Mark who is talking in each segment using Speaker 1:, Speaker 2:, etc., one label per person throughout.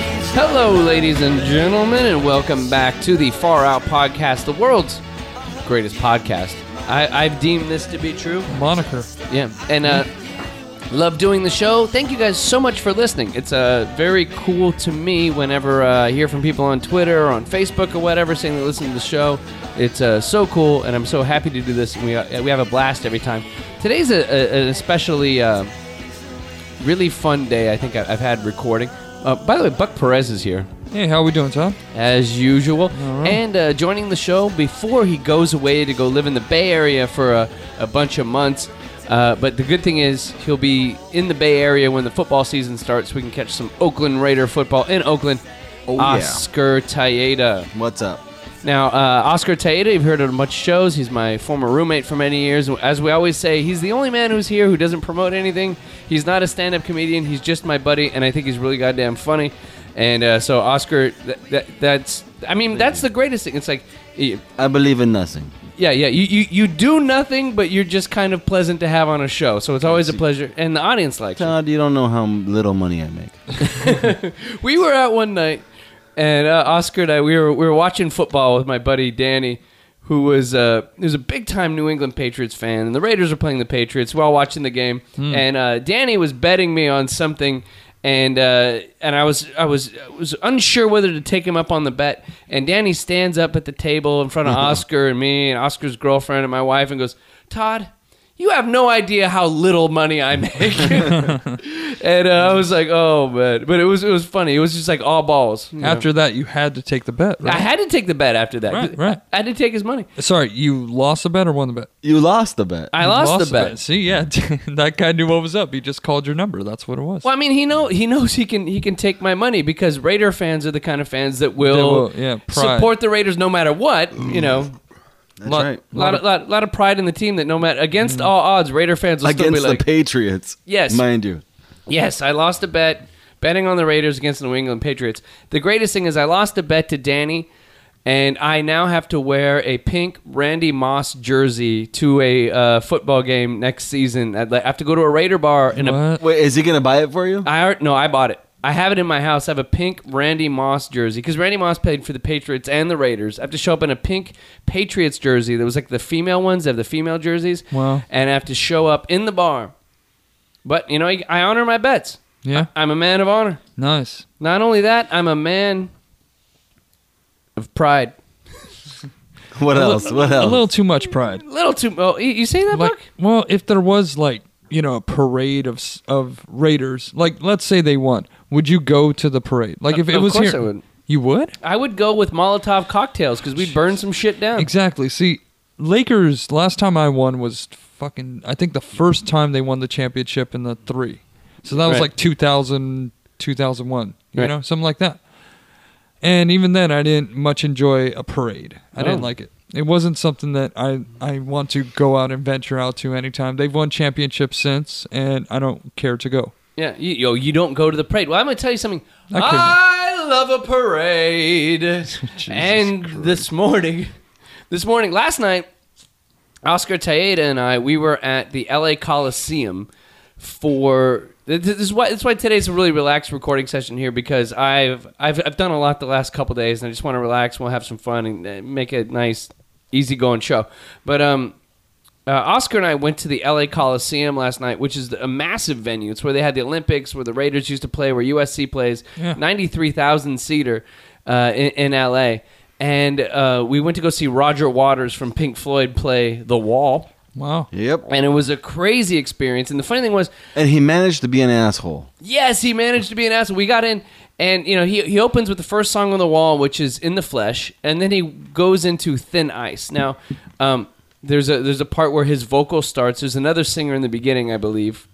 Speaker 1: Hello, ladies and gentlemen, and welcome back to the Far Out Podcast, the world's greatest podcast. I, I've deemed this to be true.
Speaker 2: moniker.
Speaker 1: Yeah, and uh, love doing the show. Thank you guys so much for listening. It's uh, very cool to me whenever uh, I hear from people on Twitter or on Facebook or whatever saying they listen to the show. It's uh, so cool, and I'm so happy to do this. And we uh, we have a blast every time. Today's a, a, an especially uh, really fun day. I think I, I've had recording. Uh, by the way, Buck Perez is here
Speaker 2: Hey, how we doing, Tom?
Speaker 1: as usual.
Speaker 3: Uh-huh.
Speaker 1: And uh, joining the show before he goes away to go live in the Bay Area for a, a bunch of months. Uh, but the good thing is he'll be in the Bay Area when the football season starts. We can catch some Oakland Raider football in Oakland.
Speaker 3: Oh, yeah.
Speaker 1: Oscar Taeda.
Speaker 3: What's up?
Speaker 1: Now, uh, Oscar Taeda, you've heard him on a bunch of shows. He's my former roommate for many years. As we always say, he's the only man who's here who doesn't promote anything. He's not a stand up comedian. He's just my buddy, and I think he's really goddamn funny. And uh, so, Oscar, that, that, that's, I mean, that's the greatest thing. It's like, y-
Speaker 3: I believe in nothing.
Speaker 1: yeah, yeah, you, you, you do nothing, but you're just kind of pleasant to have on a show. So it's always a pleasure. And the audience likes you.
Speaker 3: Todd, you don't know how little money I make.
Speaker 1: we were out one night, and uh, Oscar and I we were we were watching football with my buddy Danny, who was uh, who was a big time New England Patriots fan, and the Raiders were playing the Patriots. We're all watching the game, and uh, Danny was betting me on something. And uh, and I was I was I was unsure whether to take him up on the bet. And Danny stands up at the table in front of Oscar and me and Oscar's girlfriend and my wife and goes, Todd, you have no idea how little money I make. and uh, I was like, oh man, but it was it was funny. It was just like all balls. you know.
Speaker 2: After that, you had to take the bet,
Speaker 1: I
Speaker 2: right?
Speaker 1: had to take the bet after that.
Speaker 2: Right, right.
Speaker 1: I had to take his money.
Speaker 2: Sorry, you lost the bet or won the bet?
Speaker 3: You lost the bet.
Speaker 1: I
Speaker 2: You
Speaker 1: lost, the bet.
Speaker 2: See, yeah, that guy knew what was up. He just called your number. That's what it was.
Speaker 1: Well, I mean, he know he knows he can he can take my money because Raider fans are the kind of fans that will,
Speaker 2: will, yeah, pride. Mm.
Speaker 1: support the Raiders no matter what. You know,
Speaker 3: That's
Speaker 2: Lot-
Speaker 3: right.
Speaker 1: lot of lot, lot of pride in the team that no matter against
Speaker 2: Mm.
Speaker 1: all odds, Raider fans will still be
Speaker 3: Against
Speaker 1: like,
Speaker 3: the Patriots.
Speaker 1: Yes.
Speaker 3: Mind you.
Speaker 1: Yes, I lost a bet betting on the Raiders against the New England Patriots. The greatest thing is I lost a bet to Danny, and I now have to wear a pink Randy Moss jersey to a uh, football game next season. I'd like- I have to go to a Raider bar and a,
Speaker 2: What?
Speaker 3: Wait, is he going to buy it for you?
Speaker 1: I alre- no, I bought it. I have it in my house. I have a pink Randy Moss jersey because Randy Moss played for the Patriots and the Raiders. I have to show up in a pink Patriots jersey. There was like the female ones. They have the female jerseys.
Speaker 2: Wow.
Speaker 1: And I have to show up in the bar. But you know, I, I honor my bets.
Speaker 2: Yeah,
Speaker 1: I'm a man of honor.
Speaker 2: nice.
Speaker 1: Not only that, I'm a man of pride.
Speaker 3: What
Speaker 2: A li-
Speaker 3: else? What
Speaker 2: A
Speaker 3: else?
Speaker 2: little too much pride.
Speaker 1: A little too. Oh, you- you see that
Speaker 2: Like,
Speaker 1: book?
Speaker 2: well, if there was like you know a parade of s- of raiders, like let's say they won, would you go to the parade? Like if it
Speaker 1: Of
Speaker 2: was
Speaker 1: course
Speaker 2: here,
Speaker 1: I would.
Speaker 2: you would
Speaker 1: I would go with Molotov cocktails because we'd burn some shit down.
Speaker 2: exactly. See, Lakers last time I won was fucking. I think the first time they won the championship in the three, so that was
Speaker 1: Right.
Speaker 2: like 2000, 2001, you
Speaker 1: Right.
Speaker 2: know, something like that. And even then, I didn't much enjoy a parade. I
Speaker 1: Oh.
Speaker 2: didn't like it. It wasn't something that I, I want to go out and venture out to anytime. They've won championships since, and I don't care to go.
Speaker 1: Yeah, you, yo, you don't go to the parade. Well, I'm gonna tell you something.
Speaker 2: I couldn't.
Speaker 1: I, love a parade. and this morning, this morning, last night, Oscar Taeda and I, we were at the LA Coliseum for. This is why. That's why today's a really relaxed recording session here because I've I've I've done a lot the last couple days and I just want to relax. We'll have some fun and uh, make a nice, easygoing show. But um, uh, Oscar and I went to the LA Coliseum last night, which is a massive venue. It's where they had the Olympics, where the Raiders used to play, where USC plays.
Speaker 2: Yeah.
Speaker 1: 93,000 seater uh, in, in LA. And uh, we went to go see Roger Waters from Pink Floyd play The Wall.
Speaker 2: Wow.
Speaker 3: Yep.
Speaker 1: And it was a crazy experience. And the funny thing was,
Speaker 3: And he managed to be an asshole.
Speaker 1: Yes, he managed to be an asshole. We got in, and you know he he opens with the first song on the wall, which is "In the Flesh," and then he goes into "Thin Ice." Now, um, there's a there's a part where his vocal starts. There's another singer in the beginning, I believe,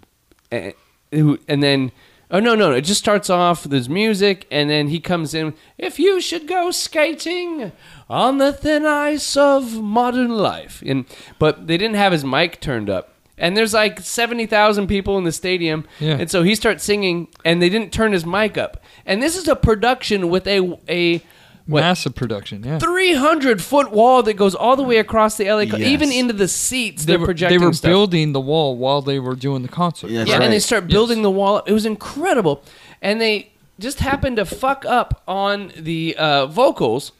Speaker 1: and, who, and then oh no no no, it just starts off. There's music, and then he comes in. If you should go skating on the thin ice of modern life, and but they didn't have his mic turned up. And there's like seventy thousand people in the stadium,
Speaker 2: Yeah.
Speaker 1: and so he starts singing, and they didn't turn his mic up. And this is a production with a a what
Speaker 2: Massive production. Yeah.
Speaker 1: three hundred foot wall that goes all the way across the LA, even
Speaker 3: Yes.
Speaker 1: into the seats.
Speaker 2: They
Speaker 1: They're
Speaker 2: were,
Speaker 1: projecting.
Speaker 2: they were
Speaker 1: stuff.
Speaker 2: building the wall while they were doing the concert.
Speaker 3: Yeah,
Speaker 1: yeah,
Speaker 3: right.
Speaker 1: and they start building the wall. up. It was incredible, and they just happened to fuck up on the uh, vocals.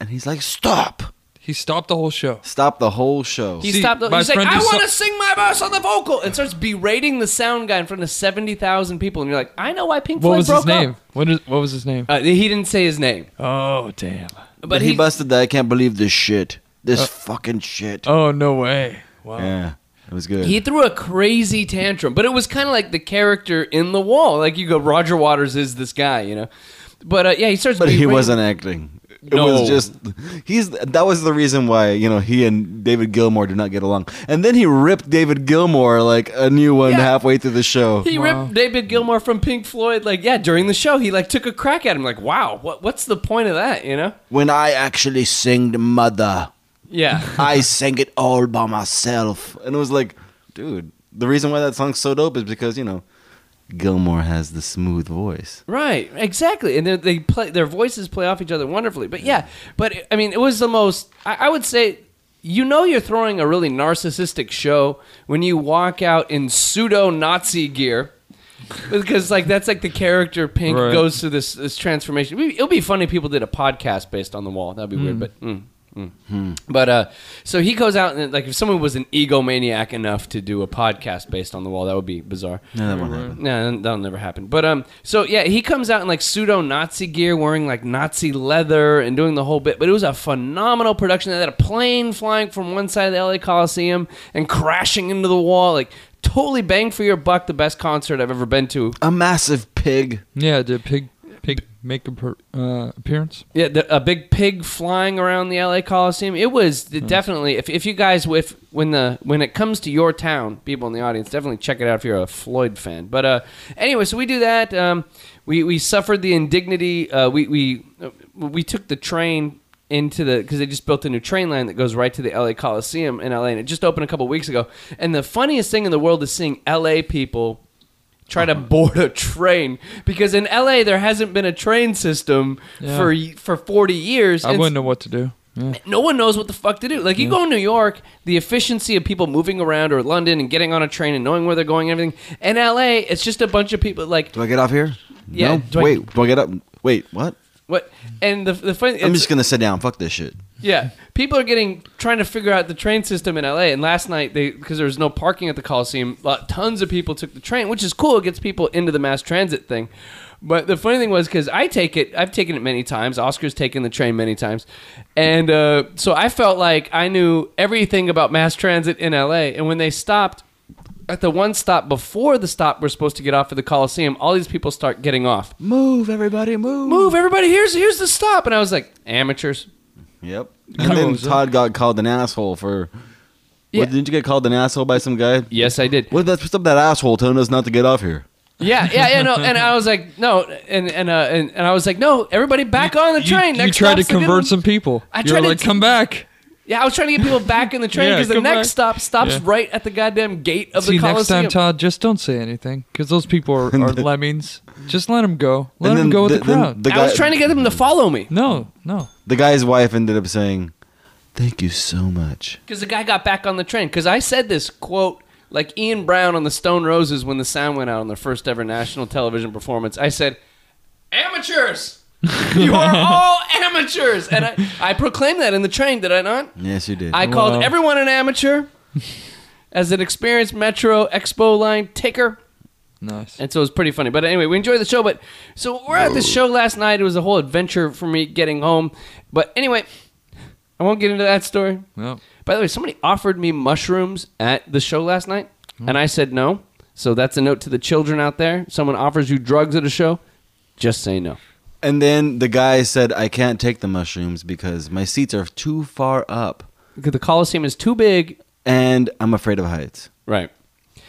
Speaker 3: And he's like, stop.
Speaker 2: He stopped the whole show.
Speaker 3: Stop the whole show.
Speaker 1: He
Speaker 2: See,
Speaker 1: stopped. The,
Speaker 2: my
Speaker 1: he's like,
Speaker 2: friend
Speaker 1: "I
Speaker 2: who
Speaker 1: want to
Speaker 2: saw-
Speaker 1: sing my verse on the vocal," and starts berating the sound guy in front of seventy thousand people. And you're like, "I know why Pink
Speaker 2: What
Speaker 1: Floyd
Speaker 2: was
Speaker 1: broke
Speaker 2: his name?
Speaker 1: up."
Speaker 2: What, is, what was his name?
Speaker 1: Uh, he didn't say his name,
Speaker 2: Oh, damn.
Speaker 1: but,
Speaker 3: but he,
Speaker 1: he, Uh,
Speaker 3: busted that. I can't believe this shit. This fucking shit.
Speaker 2: Oh, no way. Wow.
Speaker 3: Yeah, it was good.
Speaker 1: He threw a crazy tantrum, but it was kind of like the character in the wall. Like you go, Roger Waters is this guy, you know. But uh, yeah, he starts.
Speaker 3: but he
Speaker 1: berating-
Speaker 3: wasn't acting. It
Speaker 1: No.
Speaker 3: was just he's that was the reason why you know he and David Gilmour do not get along. And then he ripped David Gilmour like a new one
Speaker 1: Yeah.
Speaker 3: halfway through the show.
Speaker 1: He ripped David Gilmour from Pink Floyd. Like yeah, during the show, he like took a crack at him. Like wow, what what's the point of that? You know?
Speaker 3: when I actually sang the mother,
Speaker 1: Yeah.
Speaker 3: I sang it all by myself. And it was like, dude, the reason why that song's so dope is because you know Gilmour has the smooth voice.
Speaker 1: Right, exactly, and they, they play their voices play off each other wonderfully. But yeah, but I mean, it was the most. I, I would say, you know, you're throwing a really narcissistic show when you walk out in pseudo Nazi gear, because like that's like the character Pink
Speaker 2: Right.
Speaker 1: goes through this this transformation. It'd be- It'll be funny if people did a podcast based on the wall. That'd be weird, but. Mm. mm. But uh, so he goes out and like if someone was an egomaniac enough to do a podcast based on the wall, that would be bizarre.
Speaker 3: No, that won't happen.
Speaker 1: No, that'll never happen. But um, so yeah, he comes out in like pseudo Nazi gear, wearing like Nazi leather and doing the whole bit. But it was a phenomenal production. They had a plane flying from one side of the LA Coliseum and crashing into the wall, like totally bang for your buck. The best concert I've ever been to.
Speaker 3: A massive pig.
Speaker 2: Yeah, did Pig Pig make a per, uh, appearance?
Speaker 1: Yeah, the, a big pig flying around the LA Coliseum. It was it definitely if, if you guys if when the when it comes to your town, people in the audience definitely check it out if you're a Floyd fan. But uh, anyway, so we do that. Um, we we suffered the indignity. Uh, we we uh, we took the train into the because they just built a new train line that goes right to the LA Coliseum in LA, and it just opened a couple weeks ago. And the funniest thing in the world is seeing LA people try to board a train because in LA there hasn't been a train system
Speaker 2: Yeah.
Speaker 1: for for 40 years.
Speaker 2: I
Speaker 1: and
Speaker 2: wouldn't know what to do. Yeah.
Speaker 1: No one knows what the fuck to do. Like you go in New York, the efficiency of people moving around or London and getting on a train and knowing where they're going and everything. In LA, it's just a bunch of people like
Speaker 3: Do I get off here?
Speaker 1: Yeah,
Speaker 3: No?
Speaker 1: do I-
Speaker 3: Wait. do I get up? Wait. What?
Speaker 1: what and the the funny
Speaker 3: I'm
Speaker 1: it's-
Speaker 3: just gonna sit down. Fuck this shit.
Speaker 1: Yeah, people are getting trying to figure out the train system in LA. And last night, they because there was no parking at the Coliseum, uh, tons of people took the train, which is cool. It gets people into the mass transit thing. But the funny thing was because I take it, I've taken it many times. Oscar's taken the train many times, and uh, so I felt like I knew everything about mass transit in LA. And when they stopped at the one stop before the stop we're supposed to get off at the Coliseum, all these people start getting off.
Speaker 3: Move, everybody,
Speaker 1: Move, everybody! Here's here's the stop, and I was like, amateurs.
Speaker 3: Yep. And then Todd got called an asshole for.
Speaker 1: Yeah.
Speaker 3: What, didn't you get called an asshole by some guy?
Speaker 1: Yes, I did.
Speaker 3: What that what's up that asshole telling us not to get off here?
Speaker 1: Yeah, yeah, yeah. No, and I was like, no, and and uh, and, and I was like, no, everybody back on the train.
Speaker 2: You, you
Speaker 1: Next
Speaker 2: tried to
Speaker 1: stop's the good
Speaker 2: convert
Speaker 1: one.
Speaker 2: some people.
Speaker 1: I
Speaker 2: you were
Speaker 1: tried to
Speaker 2: like,
Speaker 1: t-
Speaker 2: come back.
Speaker 1: Yeah, I was trying to get people back in the train
Speaker 2: Yeah,
Speaker 1: because the
Speaker 2: come
Speaker 1: next
Speaker 2: back.
Speaker 1: stop stops
Speaker 2: Yeah.
Speaker 1: right at the goddamn gate of
Speaker 2: See,
Speaker 1: the
Speaker 2: next
Speaker 1: Coliseum.
Speaker 2: time, Todd, just don't say anything because those people are, are lemmings. Just let them go. Let them go with the,
Speaker 3: then
Speaker 2: crowd.
Speaker 3: the
Speaker 1: I was trying to get them to follow me
Speaker 2: no, no.
Speaker 3: The guy's wife ended up saying, "Thank you so much."
Speaker 1: because the guy got back on the train because I said this quote. Like Ian Brown on the Stone Roses when the sound went out on their first ever national television performance, I said, "Amateurs, you are all amateurs," and I, I proclaimed that in the train. Did I not?
Speaker 3: Yes, you did.
Speaker 1: I
Speaker 2: Wow.
Speaker 1: called everyone an amateur as an experienced Metro Expo line taker.
Speaker 2: Nice.
Speaker 1: And so it was pretty funny. But anyway, we enjoyed the show. But so we're at this show last night. It was a whole adventure for me getting home. But anyway, I won't get into that story.
Speaker 2: No.
Speaker 1: By the way, somebody offered me mushrooms at the show last night, and I said no. So that's a note to the children out there. Someone offers you drugs at a show, just say no.
Speaker 3: and then the guy said, "I can't take the mushrooms because my seats are too far up,
Speaker 1: Because the Coliseum is too big.
Speaker 3: and I'm afraid of heights."
Speaker 1: Right.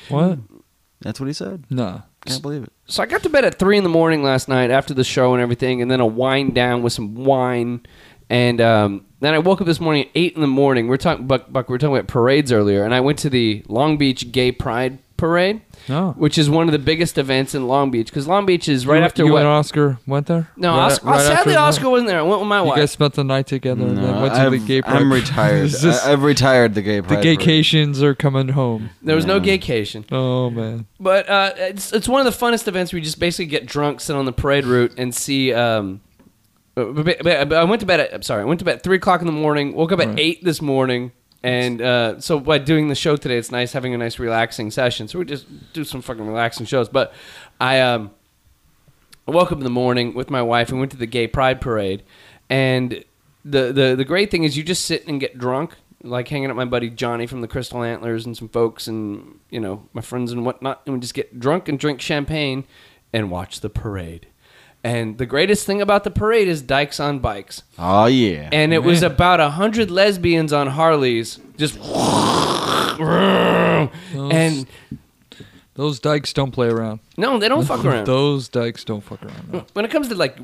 Speaker 2: What?
Speaker 1: Hmm.
Speaker 3: That's what he said.
Speaker 2: No.
Speaker 3: Can't believe it.
Speaker 1: so I got to bed at three in the morning last night after the show and everything, and then a wind down with some wine, and um, then I woke up this morning at eight in the morning. We are talking Buck, Buck. We were talking about parades earlier, and I went to the Long Beach Gay Pride Parade,
Speaker 2: No.
Speaker 1: which is one of the biggest events in Long Beach because Long Beach is right
Speaker 2: you,
Speaker 1: after
Speaker 2: you
Speaker 1: what?
Speaker 2: and Oscar went there.
Speaker 1: no,
Speaker 2: Right-
Speaker 1: Oscar,
Speaker 2: right after
Speaker 1: sadly
Speaker 2: you left?
Speaker 1: Oscar wasn't there. I went with my
Speaker 2: You
Speaker 1: wife.
Speaker 2: guys spent the night together and then
Speaker 3: No,
Speaker 2: went to the
Speaker 3: Uh, I've-
Speaker 2: gay pride.
Speaker 3: I'm retired.
Speaker 2: It's just-
Speaker 3: I, have retired the gay
Speaker 2: the
Speaker 3: pride. parade.
Speaker 2: gaycations are coming home.
Speaker 1: there was no
Speaker 3: Yeah.
Speaker 1: gaycation.
Speaker 2: Oh man.
Speaker 1: But uh, it's it's one of the funnest events where you just basically get drunk, sit on the parade route, and see. Um, uh, but- but- but I went to bed. At, I'm sorry, I went to bed at three o'clock in the morning. Woke up at
Speaker 2: Right.
Speaker 1: eight this morning, and uh, so by doing the show today, it's nice having a nice relaxing session. So we just do some fucking relaxing shows. But I um, I woke up in the morning with my wife and went to the gay pride parade. And the, the, the great thing is you just sit and get drunk, like hanging out with my buddy Johnny from the Crystal Antlers and some folks and, you know, my friends and whatnot. And we just get drunk and drink champagne and watch the parade. And the greatest thing about the parade is dykes on bikes.
Speaker 3: Oh yeah.
Speaker 1: And it was
Speaker 2: Man.
Speaker 1: about a hundred lesbians on Harleys just and
Speaker 2: Those dykes don't play around.
Speaker 1: no, they don't fuck around.
Speaker 2: Those dykes don't fuck around. no.
Speaker 1: When it comes to like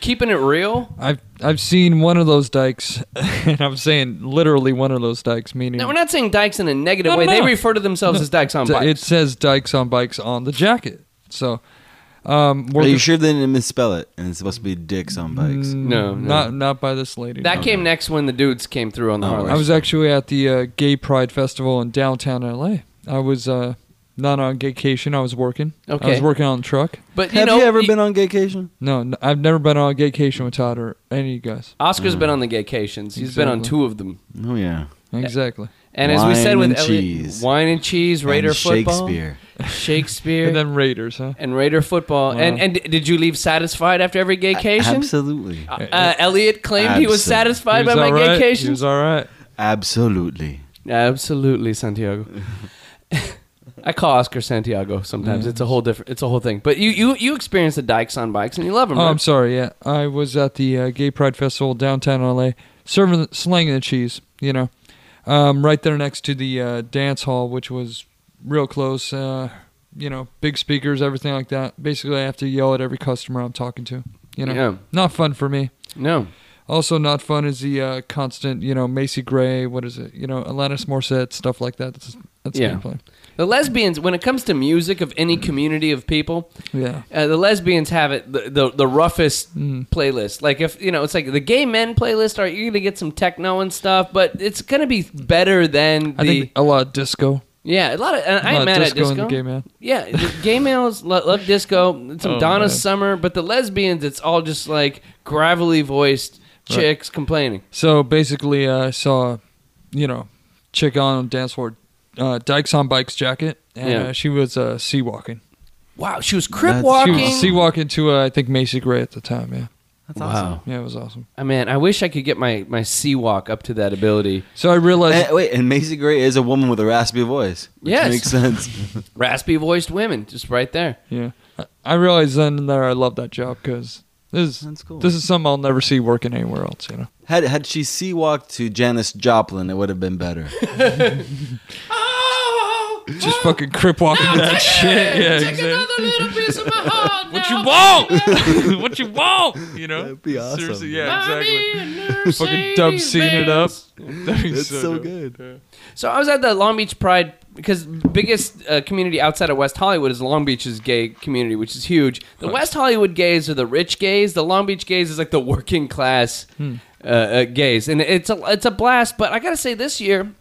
Speaker 1: keeping it real,
Speaker 2: I've I've seen one of those dykes, and I'm saying literally one of those dykes, meaning
Speaker 1: No, we're not saying dykes in a negative
Speaker 2: No, no,
Speaker 1: way. They
Speaker 2: no.
Speaker 1: refer to themselves as dykes on
Speaker 2: D-
Speaker 1: bikes.
Speaker 2: it says dykes on bikes on the jacket. So, um, we're
Speaker 3: Are you
Speaker 2: just-
Speaker 3: sure they didn't misspell it? And it's supposed to be dicks on bikes.
Speaker 2: Mm,
Speaker 1: No, no.
Speaker 2: not not by this lady.
Speaker 1: that
Speaker 2: no.
Speaker 1: came next when the dudes came through on the
Speaker 3: Oh,
Speaker 1: Harley.
Speaker 2: I was actually at the uh, Gay Pride Festival in downtown L.A. I was uh, not on vacation. I was working. I
Speaker 1: Okay.
Speaker 2: was working on the truck.
Speaker 1: but you
Speaker 3: Have
Speaker 1: know,
Speaker 3: you ever
Speaker 1: y-
Speaker 3: been on gaycation?
Speaker 2: No, n- I've never been on vacation with Todd or any of you guys.
Speaker 1: Oscar's
Speaker 3: Mm.
Speaker 1: been on the gaycations. He's been on
Speaker 2: Exactly.
Speaker 1: two of them.
Speaker 3: Oh yeah.
Speaker 2: Exactly.
Speaker 1: And as we said
Speaker 3: Wine
Speaker 1: with
Speaker 3: and
Speaker 1: Elliot,
Speaker 3: cheese.
Speaker 1: wine and cheese, Raider
Speaker 3: And
Speaker 1: football,
Speaker 3: Shakespeare.
Speaker 1: Shakespeare,
Speaker 2: And
Speaker 1: and,
Speaker 2: then Raiders, huh?
Speaker 1: Raider football. And
Speaker 2: Wow.
Speaker 1: and d- did you leave satisfied after every gaycation?
Speaker 3: Absolutely.
Speaker 1: Uh, Elliot claimed he was
Speaker 3: Absolutely.
Speaker 1: satisfied
Speaker 2: He was
Speaker 1: by my
Speaker 2: all right. He
Speaker 1: gaycations.
Speaker 2: was all right.
Speaker 3: Absolutely.
Speaker 1: Absolutely, Santiago. I call Oscar Santiago sometimes.
Speaker 2: Yeah.
Speaker 1: It's a whole different. It's a whole thing. But you you you experience the dykes on bikes and you love them.
Speaker 2: Oh, I'm sorry. Yeah, I was at the uh, Gay Pride Festival downtown LA, serving, slanging the cheese. You know, um, right there next to the uh, dance hall, which was real close. Uh, you know, big speakers, everything like that. Basically, I have to yell at every customer I'm talking to. You know,
Speaker 1: Yeah.
Speaker 2: not fun for me.
Speaker 1: No.
Speaker 2: Also, not fun is the uh, constant, you know, Macy Gray. What is it? You know, Alanis Morissette, stuff like that. That's that's
Speaker 1: Yeah.
Speaker 2: yeah. gameplay.
Speaker 1: The lesbians, when it comes to music of any community of people,
Speaker 2: Yeah.
Speaker 1: uh, the lesbians have it the the, the roughest
Speaker 2: Mm.
Speaker 1: playlist. Like if you know, it's like the gay men playlist. Are you gonna get some techno and stuff? But it's gonna be better than the
Speaker 2: I think a lot of disco.
Speaker 1: yeah. A lot of and
Speaker 2: A
Speaker 1: I
Speaker 2: lot
Speaker 1: am
Speaker 2: of
Speaker 1: mad
Speaker 2: disco
Speaker 1: at
Speaker 2: in
Speaker 1: disco.
Speaker 2: the gay man.
Speaker 1: Yeah, the gay males lo- love disco. Some
Speaker 2: Oh,
Speaker 1: Donna
Speaker 2: man.
Speaker 1: Summer, but the lesbians, it's all just like gravelly voiced
Speaker 2: Right.
Speaker 1: chicks complaining.
Speaker 2: So basically, uh, I saw, you know, chick on dance floor, uh, Dykes on Bikes jacket, and
Speaker 1: Yeah.
Speaker 2: uh, she was uh, sea walking.
Speaker 1: Wow, she was crip
Speaker 3: That's-
Speaker 2: She
Speaker 1: walking.
Speaker 2: was sea walking to uh, I think Macy Gray at the time. Yeah,
Speaker 3: That's
Speaker 1: wow,
Speaker 2: yeah, it was awesome.
Speaker 1: I mean, Ah, I wish I could get my my sea walk up to that ability.
Speaker 2: So I realized,
Speaker 3: And, wait, and Macy Gray is a woman with a raspy voice. Which
Speaker 1: Yes.
Speaker 3: makes sense.
Speaker 1: Raspy voiced women, just right there.
Speaker 2: yeah, I- I realized then and there I love that job because this
Speaker 3: That's cool.
Speaker 2: this is something I'll never see working anywhere else. You know,
Speaker 3: Had had she sea walked to Janis Joplin, it would have been better.
Speaker 2: just fucking crip walking to that shit. Yeah, exactly.
Speaker 1: little piece of my heart
Speaker 2: What you want? what you want? You know,
Speaker 3: That'd be awesome,
Speaker 2: Seriously,
Speaker 3: man.
Speaker 2: yeah, exactly. Fucking dub scene it up. That'd be
Speaker 3: That's so
Speaker 2: dope.
Speaker 3: good.
Speaker 1: So I was at the Long Beach Pride because biggest uh, community outside of West Hollywood is Long Beach's gay community, which is huge. The West Hollywood gays are the rich gays. The Long Beach gays is like the working class uh, uh, gays, and it's a it's a blast. But I gotta say, this year.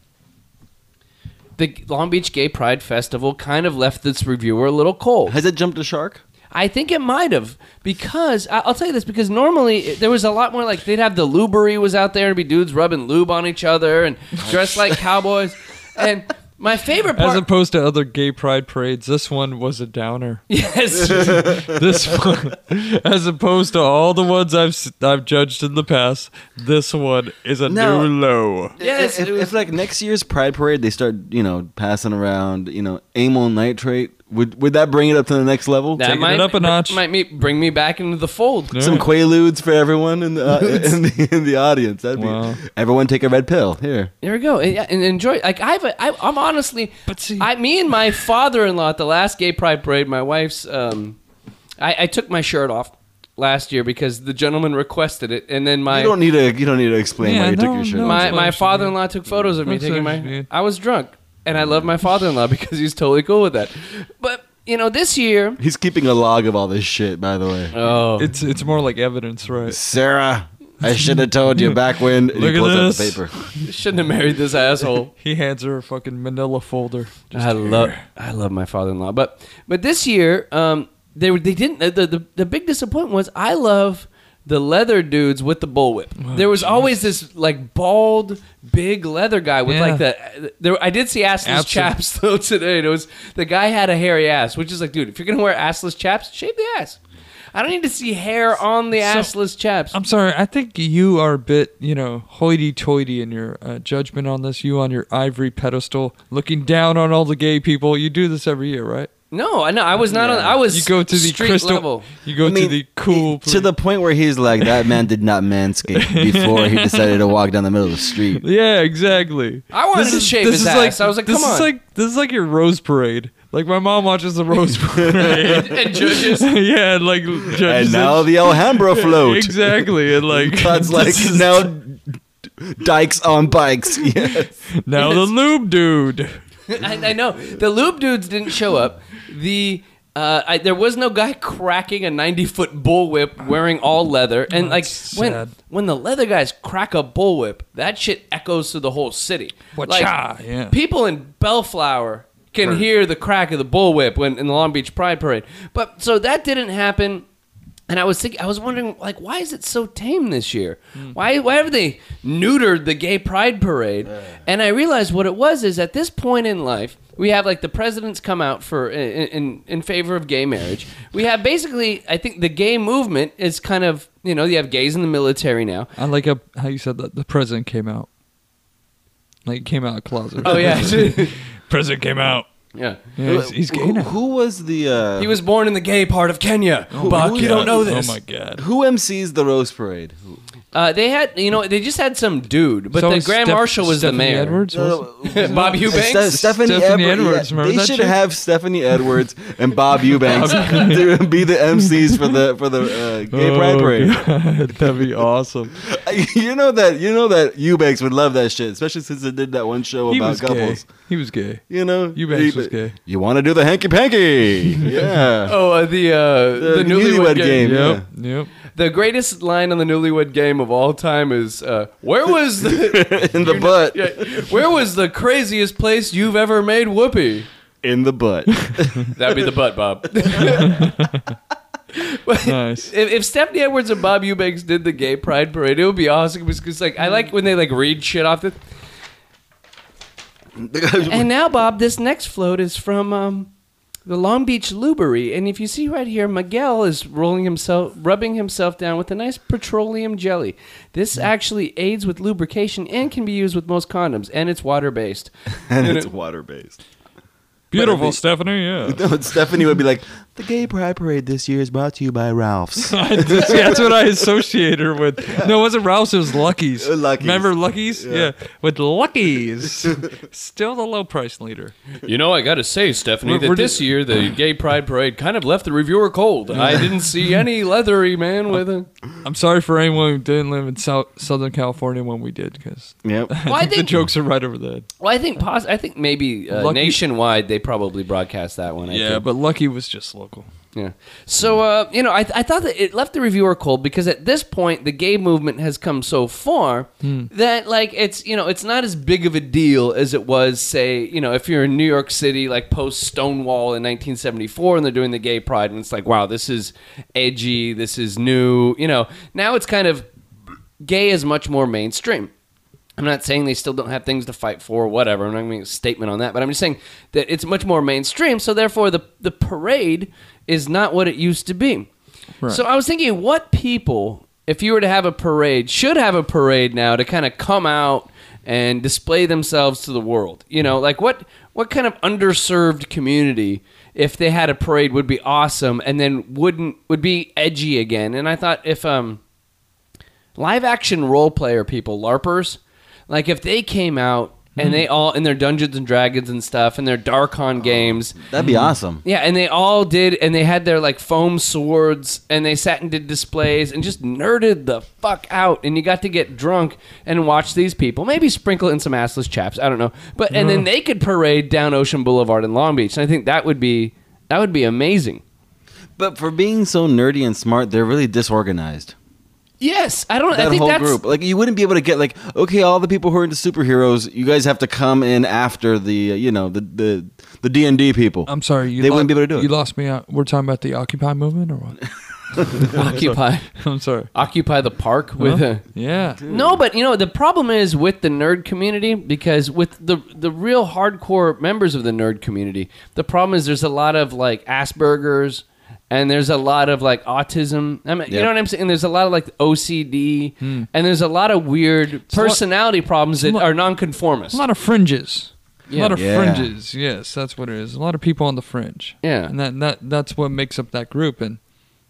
Speaker 1: The Long Beach Gay Pride Festival kind of left this reviewer a little cold.
Speaker 3: Has it jumped a shark?
Speaker 1: I think it might have because I- I'll tell you this because normally it- there was a lot more like they'd have the lubery was out there and be dudes rubbing lube on each other and dressed like cowboys and my favorite
Speaker 2: As
Speaker 1: part
Speaker 2: opposed to other gay pride parades, this one was a downer.
Speaker 1: yes
Speaker 2: This one, as opposed to all the ones I've s- I've judged in the past, this one is a
Speaker 3: No.
Speaker 2: new low.
Speaker 1: Yes,
Speaker 3: If,
Speaker 1: it was-
Speaker 3: if, like next year's Pride Parade, they start you know passing around you know amyl nitrate, would would that bring it up to the next level?
Speaker 1: that
Speaker 2: Taking it
Speaker 1: might
Speaker 2: up a notch.
Speaker 1: might me, bring me back into the fold
Speaker 3: Some quaaludes for everyone in the uh, in the in the audience. That'd
Speaker 2: Wow.
Speaker 3: be everyone take a red pill here.
Speaker 1: there we go and, yeah, and enjoy like I've a, I, I'm honestly
Speaker 2: But see-
Speaker 1: I me and my father-in-law at the last gay pride parade my wife's um I, I took my shirt off last year because the gentleman requested it and then my
Speaker 3: You don't need to you don't need to explain
Speaker 2: Yeah,
Speaker 3: why you took
Speaker 2: no,
Speaker 3: your shirt.
Speaker 2: no,
Speaker 3: off.
Speaker 1: my,
Speaker 2: it's
Speaker 1: my
Speaker 2: lunch,
Speaker 1: father in law took photos of me
Speaker 2: That's
Speaker 1: taking
Speaker 2: lunch,
Speaker 1: my.
Speaker 2: dude.
Speaker 1: I was drunk. and I love my father-in-law because he's totally cool with that. But you know, this year,
Speaker 3: He's keeping a log of all this shit, by the way.
Speaker 1: oh,
Speaker 2: It's it's more like evidence, right?
Speaker 3: Sarah, I should have told you back when. And
Speaker 2: Look at
Speaker 3: he pulls out
Speaker 2: this.
Speaker 3: the paper.
Speaker 1: shouldn't have married this asshole.
Speaker 2: He hands her a fucking manila folder.
Speaker 3: Uh,
Speaker 2: Just
Speaker 1: I
Speaker 2: here.
Speaker 1: love I love my father-in-law, but but this year um, they were they didn't the, the the big disappointment was I love the leather dudes with the
Speaker 2: Oh,
Speaker 1: bullwhip. there was always this like bald big leather guy with
Speaker 2: Yeah.
Speaker 1: like the there I did see assless
Speaker 2: Absol-
Speaker 1: chaps though today. And it was the guy had a hairy ass, which is like dude, if you're gonna wear assless chaps, shave the ass. I don't need to see hair on the
Speaker 2: So- um,
Speaker 1: assless chaps.
Speaker 2: I'm sorry. I think you are a bit, you know, hoity-toity in your uh, judgment on this. You on your ivory pedestal, looking down on all the gay people. You do this every year, right?
Speaker 1: no, I know I was not on. I was
Speaker 2: You go to the
Speaker 1: street
Speaker 2: crystal.
Speaker 1: level.
Speaker 2: You go
Speaker 3: I
Speaker 2: to
Speaker 3: mean,
Speaker 2: the cool.
Speaker 3: To the point where he's like, that man did not manscape before he decided to walk down the middle of the street.
Speaker 2: yeah, exactly.
Speaker 1: I wanted to shave his ass. I was like,
Speaker 2: this
Speaker 1: come
Speaker 2: is
Speaker 1: on.
Speaker 2: like this is like your rose parade. Like my mom watches the rose parade.
Speaker 1: and judges.
Speaker 2: yeah, and like judges
Speaker 3: And now
Speaker 2: it.
Speaker 3: the Alhambra float.
Speaker 2: exactly, and like
Speaker 3: God's like,
Speaker 2: this is-
Speaker 3: now dykes on bikes. Yes.
Speaker 2: now the lube dude.
Speaker 1: I, I know the lube dudes didn't show up. The uh, I, there was no guy cracking a ninety foot bullwhip wearing all leather, and like
Speaker 2: That's
Speaker 1: when
Speaker 2: sad.
Speaker 1: when the leather guys crack a bullwhip, that shit echoes through the whole city. Like
Speaker 2: Wacha, yeah.
Speaker 1: people in Bellflower can hear the crack of the bullwhip when in the Long Beach Pride Parade, but so that didn't happen. And I was thinking, I was wondering, like, why is it so tame this year? Why, why have they neutered the gay pride parade? And I realized what it was is at this point in life, we have like the presidents come out for in, in in favor of gay marriage. We have basically, I think, the gay movement is kind of you know you have gays in the military now.
Speaker 2: I like how how you said that the president came out. Like he came out of the closet.
Speaker 1: Oh yeah,
Speaker 2: president came out.
Speaker 1: yeah.
Speaker 2: Yeah, he's, he's gay
Speaker 3: who,
Speaker 2: now.
Speaker 3: who was the. Uh,
Speaker 1: He was born in the gay part of Kenya. Buck, you don't know this.
Speaker 2: Oh my god.
Speaker 3: who MCs the Rose Parade?
Speaker 1: Uh, they had, you know, they just had some dude, but
Speaker 2: So
Speaker 1: the
Speaker 2: is
Speaker 1: Grand
Speaker 2: Steph-
Speaker 1: Marshal was
Speaker 2: Stephanie
Speaker 1: the mayor.
Speaker 2: Edwards. was it?
Speaker 1: Bob Eubanks?
Speaker 3: Ste- Stephanie,
Speaker 2: Stephanie
Speaker 3: Edward- yeah,
Speaker 2: Edwards, remember
Speaker 3: they
Speaker 2: that
Speaker 3: should
Speaker 2: chick?
Speaker 3: have Stephanie Edwards and Bob Eubanks to be the MCs for the for the uh, gay pride
Speaker 2: Oh,
Speaker 3: parade.
Speaker 2: God, That'd be awesome.
Speaker 3: you know that you know that Eubanks would love that shit, especially since it did that one show
Speaker 2: he
Speaker 3: about
Speaker 2: was
Speaker 3: couples.
Speaker 2: gay. He was gay.
Speaker 3: You know,
Speaker 2: Eubanks
Speaker 3: He-
Speaker 2: was gay.
Speaker 3: You want to do the hanky panky? yeah.
Speaker 1: Oh, uh, the, uh, the newlywed, game.
Speaker 3: Yeah.
Speaker 2: Yep. Yep.
Speaker 1: The greatest line on the newlywed game of all time is, uh, "Where was
Speaker 2: Oh,
Speaker 1: the
Speaker 3: In the butt.
Speaker 1: yeah, where was the craziest place you've ever made whoopee?"
Speaker 3: In the butt.
Speaker 1: That'd be the butt, Bob. But
Speaker 2: Nice.
Speaker 1: If, if Stephanie Edwards and Bob Eubanks did the gay pride parade, it would be awesome because, like, I like when they like read shit off the. And now, Bob, this next float is from um, the Long Beach Lubery, and if you see right here, Miguel is rolling himself, rubbing himself down with a nice petroleum jelly. This actually aids with lubrication and can be used with most condoms, and it's water based.
Speaker 3: and it's water based.
Speaker 2: Beautiful, Stephanie. Yeah.
Speaker 3: No, Stephanie would be like, the gay pride parade this year is brought to you by Ralph's.
Speaker 2: See, that's what I associate her with. No, it wasn't Rouse. It was Lucky's.
Speaker 3: Uh, Lucky's.
Speaker 2: Remember Lucky's? Yeah.
Speaker 3: Yeah.
Speaker 2: With Lucky's. Still the low price leader.
Speaker 1: You know, I got to say, Stephanie,
Speaker 2: We're-
Speaker 1: that
Speaker 2: we're
Speaker 1: this
Speaker 2: just-
Speaker 1: year the Gay Pride Parade kind of left the reviewer cold. I didn't see any leathery man with a.
Speaker 2: I'm sorry for anyone who didn't live in South, Southern California when we did, because
Speaker 3: yep.
Speaker 1: Well, I
Speaker 2: the
Speaker 1: think,
Speaker 2: jokes are right over the head.
Speaker 1: well, I think, pos- I think maybe uh,
Speaker 2: Lucky-
Speaker 1: nationwide they probably broadcast that one. I
Speaker 2: Yeah,
Speaker 1: think.
Speaker 2: but Lucky was just local.
Speaker 1: yeah. So uh, you know, I, I thought that it left the reviewer cold because at this point the gay movement has come so far that like it's you know it's not as big of a deal as it was say you know if you're in New York City like post Stonewall in 1974 and they're doing the Gay Pride and it's like wow this is edgy this is new you know now it's kind of gay is much more mainstream. I'm not saying they still don't have things to fight for, or whatever. I'm not making a statement on that, but I'm just saying that it's much more mainstream. So therefore, the the parade is not what it used to be.
Speaker 2: Right.
Speaker 1: So I was thinking, what people, if you were to have a parade, should have a parade now to kind of come out and display themselves to the world. You know, like what what kind of underserved community, if they had a parade, would be awesome, and then wouldn't would be edgy again. And I thought if um live action role player people, LARPers, like if they came out and they all in their Dungeons and Dragons and stuff, and their Darkon games.
Speaker 3: That'd be awesome.
Speaker 1: Yeah, and they all did, and they had their like foam swords, and they sat and did displays, and just nerded the fuck out. And you got to get drunk and watch these people, maybe sprinkle in some assless chaps, I don't know. But and then they could parade down Ocean Boulevard in Long Beach, and I think that would be that would be amazing.
Speaker 3: But for being so nerdy and smart, they're really disorganized.
Speaker 1: Yes, I don't. I
Speaker 3: That
Speaker 1: think
Speaker 3: whole
Speaker 1: that's
Speaker 3: group, like you wouldn't be able to get like, okay, all the people who are into superheroes, you guys have to come in after the, uh, you know, the the the D and D people.
Speaker 2: I'm sorry. You
Speaker 3: They
Speaker 2: lo-
Speaker 3: wouldn't be able to do it.
Speaker 2: You lost me out. We're talking about the Occupy movement or what?
Speaker 1: occupy
Speaker 2: I'm sorry.
Speaker 1: occupy the park with
Speaker 2: Huh?
Speaker 1: a.
Speaker 2: Yeah.
Speaker 1: No, but you know the problem is with the nerd community because with the the real hardcore members of the nerd community, the problem is there's a lot of like Aspergers and there's a lot of like autism. I mean, you
Speaker 3: Yep.
Speaker 1: know what I'm saying? There's a lot of like OCD and there's a lot of weird
Speaker 2: a lot-
Speaker 1: personality problems that
Speaker 2: Hmm. it's a lot-
Speaker 1: are nonconformists.
Speaker 2: A lot of fringes. A
Speaker 1: Yeah.
Speaker 2: lot of
Speaker 3: Yeah.
Speaker 2: fringes. Yes, that's what it is. A lot of people on the fringe.
Speaker 1: Yeah.
Speaker 2: And that, that that's what makes up that group. And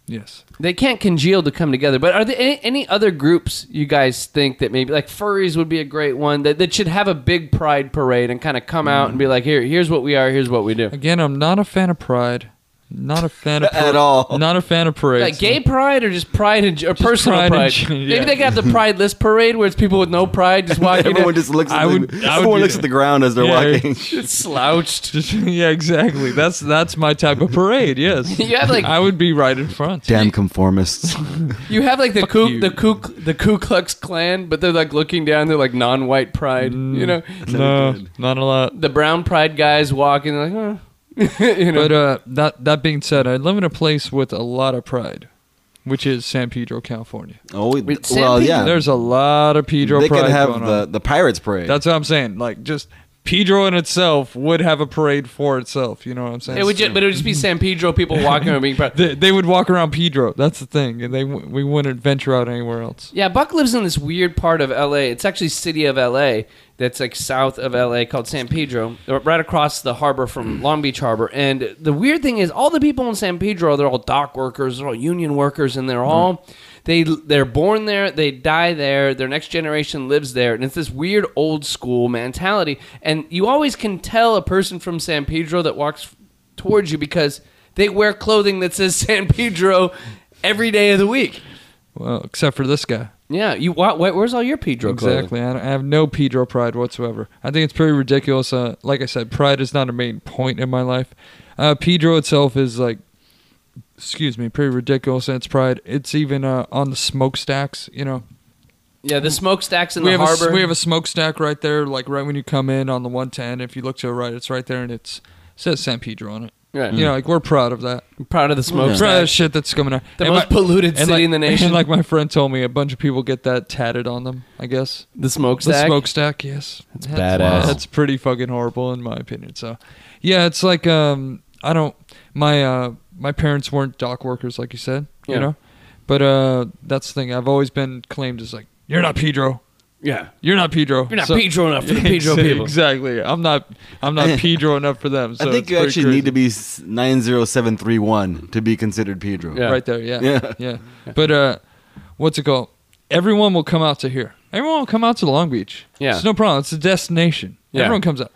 Speaker 2: yes,
Speaker 1: they can't congeal to come together. But are there any, any other groups you guys think that maybe like furries would be a great one that, that should have a big pride parade and kind of come out
Speaker 2: Hmm.
Speaker 1: and be like, here, here's what we are, here's what we do.
Speaker 2: again, I'm not a fan of pride. Not a fan of
Speaker 3: At
Speaker 2: parade-
Speaker 3: all.
Speaker 2: Not a fan of parades.
Speaker 1: Like gay pride or just pride and or personal
Speaker 2: pride in
Speaker 1: pride.
Speaker 2: gen- yeah.
Speaker 1: Maybe they could have the prideless parade where it's people with no pride just walking.
Speaker 3: Everyone just looks. At
Speaker 2: I
Speaker 3: the,
Speaker 2: would- I would
Speaker 3: everyone
Speaker 2: do
Speaker 3: looks
Speaker 2: that.
Speaker 3: at the ground as they're
Speaker 2: Yeah.
Speaker 3: walking.
Speaker 1: just slouched.
Speaker 2: Just- yeah, exactly. That's that's my type of parade. Yes.
Speaker 1: You have like
Speaker 2: I would be right in front.
Speaker 3: Damn conformists.
Speaker 1: you have like the
Speaker 2: you.
Speaker 1: Ku, the Ku the Ku Klux Klan, but they're like looking down. They're like non-white pride. You know,
Speaker 2: No, not a lot.
Speaker 1: the brown pride guys walking. They're like, oh. you know,
Speaker 2: But uh, that that being said, I live in a place with a lot of pride, which is San Pedro, California.
Speaker 3: oh, we,
Speaker 1: With San
Speaker 3: well,
Speaker 1: Pedro.
Speaker 3: yeah.
Speaker 2: There's a lot of Pedro
Speaker 3: they
Speaker 2: pride
Speaker 3: could have
Speaker 2: going
Speaker 3: the
Speaker 2: on.
Speaker 3: the pirates parade.
Speaker 2: That's what I'm saying. Like just Pedro in itself would have a parade for itself. You know what I'm saying?
Speaker 1: it would. Just, but it would just be San Pedro people walking and being proud.
Speaker 2: they, they would walk around Pedro. That's the thing, and they w- we wouldn't venture out anywhere else.
Speaker 1: Yeah, Buck lives in this weird part of LA. It's actually city of LA that's like south of LA called San Pedro, or right across the harbor from Long Beach Harbor. And the weird thing is all the people in San Pedro, they're all dock workers, they're all union workers and they're all they they're born there, they die there, their next generation lives there, and it's this weird old school mentality. And you always can tell a person from San Pedro that walks towards you because they wear clothing that says San Pedro every day of the week.
Speaker 2: Well, uh, except for this guy.
Speaker 1: Yeah, you. Why, why, where's all your Pedro clothing?
Speaker 2: Exactly. I, don't- I have no Pedro pride whatsoever. I think it's pretty ridiculous. Uh, like I said, pride is not a main point in my life. Uh, Pedro itself is like, excuse me, pretty ridiculous in its pride. It's even uh, on the smokestacks. You know,
Speaker 1: Yeah, the smokestacks in
Speaker 2: we
Speaker 1: the
Speaker 2: have
Speaker 1: harbor.
Speaker 2: A, s- we have a smokestack right there, like right when you come in on the 110. If you look to the right, it's right there, and it's says San Pedro on it.
Speaker 1: Right.
Speaker 2: You know, like we're proud of that.
Speaker 1: I'm proud of the smokestack.
Speaker 2: Proud of the shit that's coming out.
Speaker 1: The most polluted
Speaker 2: and
Speaker 1: city
Speaker 2: like-
Speaker 1: in the nation.
Speaker 2: And like my friend told me, a bunch of people get that tatted on them. I guess.
Speaker 1: the
Speaker 2: The
Speaker 1: smokestack.
Speaker 2: smokestack, yes. That's,
Speaker 1: badass.
Speaker 2: That's pretty fucking horrible in my opinion. So, yeah, it's like um, I don't my uh my parents weren't dock workers like you said, you
Speaker 1: Yeah.
Speaker 2: know, but uh that's the thing. I've always been claimed as like you're not Pedro,
Speaker 1: yeah,
Speaker 2: you're not Pedro,
Speaker 1: you're not
Speaker 2: So-
Speaker 1: Pedro enough for the Pedro
Speaker 2: Exa-
Speaker 1: people.
Speaker 2: Exactly. I'm not I'm not Pedro enough for them. So
Speaker 3: I think you actually need to be s- 90731 to be considered Pedro.
Speaker 1: Yeah.
Speaker 2: right there. Yeah, yeah,
Speaker 3: Yeah.
Speaker 2: But uh, what's it called? Everyone will come out to here. Everyone will come out to Long Beach.
Speaker 1: Yeah.
Speaker 2: it's no problem. It's a destination.
Speaker 1: Yeah.
Speaker 2: Everyone comes out.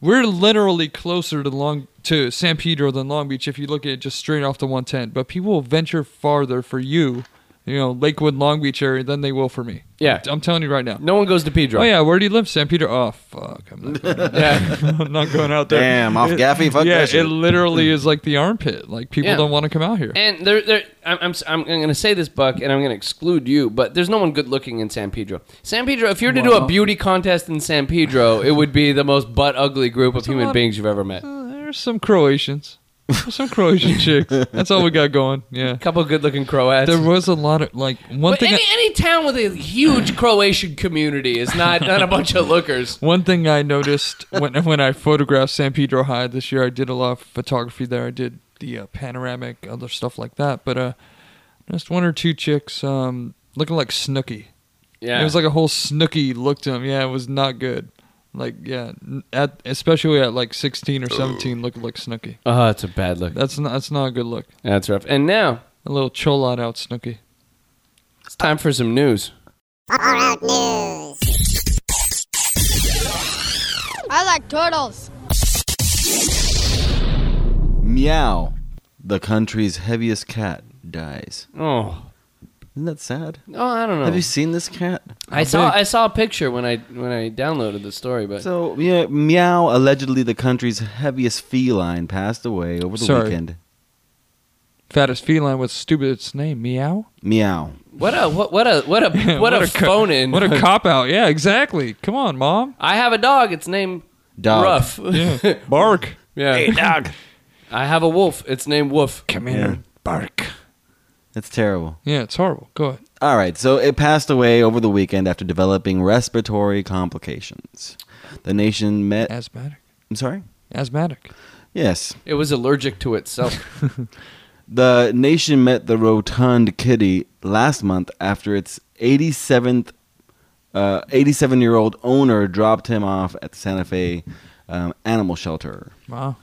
Speaker 2: We're literally closer to Long to San Pedro than Long Beach if you look at it just straight off the 110. But people will venture farther for you, you know, Lakewood, Long Beach area than they will for me.
Speaker 1: Yeah.
Speaker 2: I'm telling you right now.
Speaker 1: No one goes to Pedro.
Speaker 2: Oh yeah, where do you live, San Pedro? Oh fuck, I'm not going out,
Speaker 1: yeah.
Speaker 2: I'm not going out there.
Speaker 3: Damn, off
Speaker 2: It-
Speaker 3: Gaffy, fuck
Speaker 2: yeah,
Speaker 3: that shit.
Speaker 2: it literally is like the armpit. Like people
Speaker 1: Yeah.
Speaker 2: don't want to come out here.
Speaker 1: And there, there, I'm, I'm, I'm going to say this, Buck, and I'm going to exclude you. But there's no one good looking in San Pedro. San Pedro. If you were to do
Speaker 2: Wow.
Speaker 1: a beauty contest in San Pedro, it would be the most butt ugly group of
Speaker 2: a
Speaker 1: human
Speaker 2: lot-
Speaker 1: beings you've ever met. A
Speaker 2: Uh, there's some Croatians. There's some Croatian chicks. That's all we got going. Yeah.
Speaker 1: couple good looking Croats.
Speaker 2: There was a lot of like one
Speaker 1: but
Speaker 2: thing.
Speaker 1: any,
Speaker 2: I,
Speaker 1: any town with a huge Croatian community is not not a bunch of lookers.
Speaker 2: one thing I noticed when when I photographed San Pedro High this year, I did a lot of photography there. I did the uh, panoramic, other stuff like that. But uh, just one or two chicks um, looking like Snooki.
Speaker 1: Yeah,
Speaker 2: It was like a whole Snooki look to him. Yeah, it was not good. Like yeah, n- at especially at like 16 or 17, looking like Snooki.
Speaker 1: oh, it's a bad look.
Speaker 2: That's not that's not a good look.
Speaker 1: That's rough. And now
Speaker 2: A little cholot out Snooki.
Speaker 1: It's time for some news.
Speaker 4: like turtles.
Speaker 3: Meow. The country's heaviest cat dies.
Speaker 1: Oh,
Speaker 3: Isn't that sad?
Speaker 1: oh, I don't know.
Speaker 3: Have you seen this cat?
Speaker 1: I saw I saw a picture when I when I downloaded the story, but
Speaker 3: So yeah, meow. Allegedly, the country's heaviest feline passed away over the
Speaker 2: Sorry.
Speaker 3: weekend.
Speaker 2: Fattest feline with stupidest name, meow.
Speaker 3: Meow.
Speaker 1: what a what, what a what a what, a,
Speaker 2: co-
Speaker 1: phone in.
Speaker 2: What a cop out. Yeah, exactly. Come on, mom.
Speaker 1: I have a dog. Its named
Speaker 3: Dog.
Speaker 1: Ruff.
Speaker 2: Yeah. Bark.
Speaker 1: Yeah.
Speaker 3: dog.
Speaker 1: I have a wolf. Its named Woof.
Speaker 2: Come
Speaker 3: Yeah.
Speaker 2: here. Bark.
Speaker 3: That's terrible.
Speaker 2: Yeah, it's horrible. Go ahead.
Speaker 3: All right, so it passed away over the weekend after developing respiratory complications. The nation met.
Speaker 2: Asthmatic.
Speaker 3: I'm sorry.
Speaker 2: Asthmatic.
Speaker 3: Yes,
Speaker 1: It was allergic to itself.
Speaker 3: the nation met the rotund kitty last month after its 87th, uh, 87-year-old owner dropped him off at the Santa Fe um, animal shelter.
Speaker 2: Wow.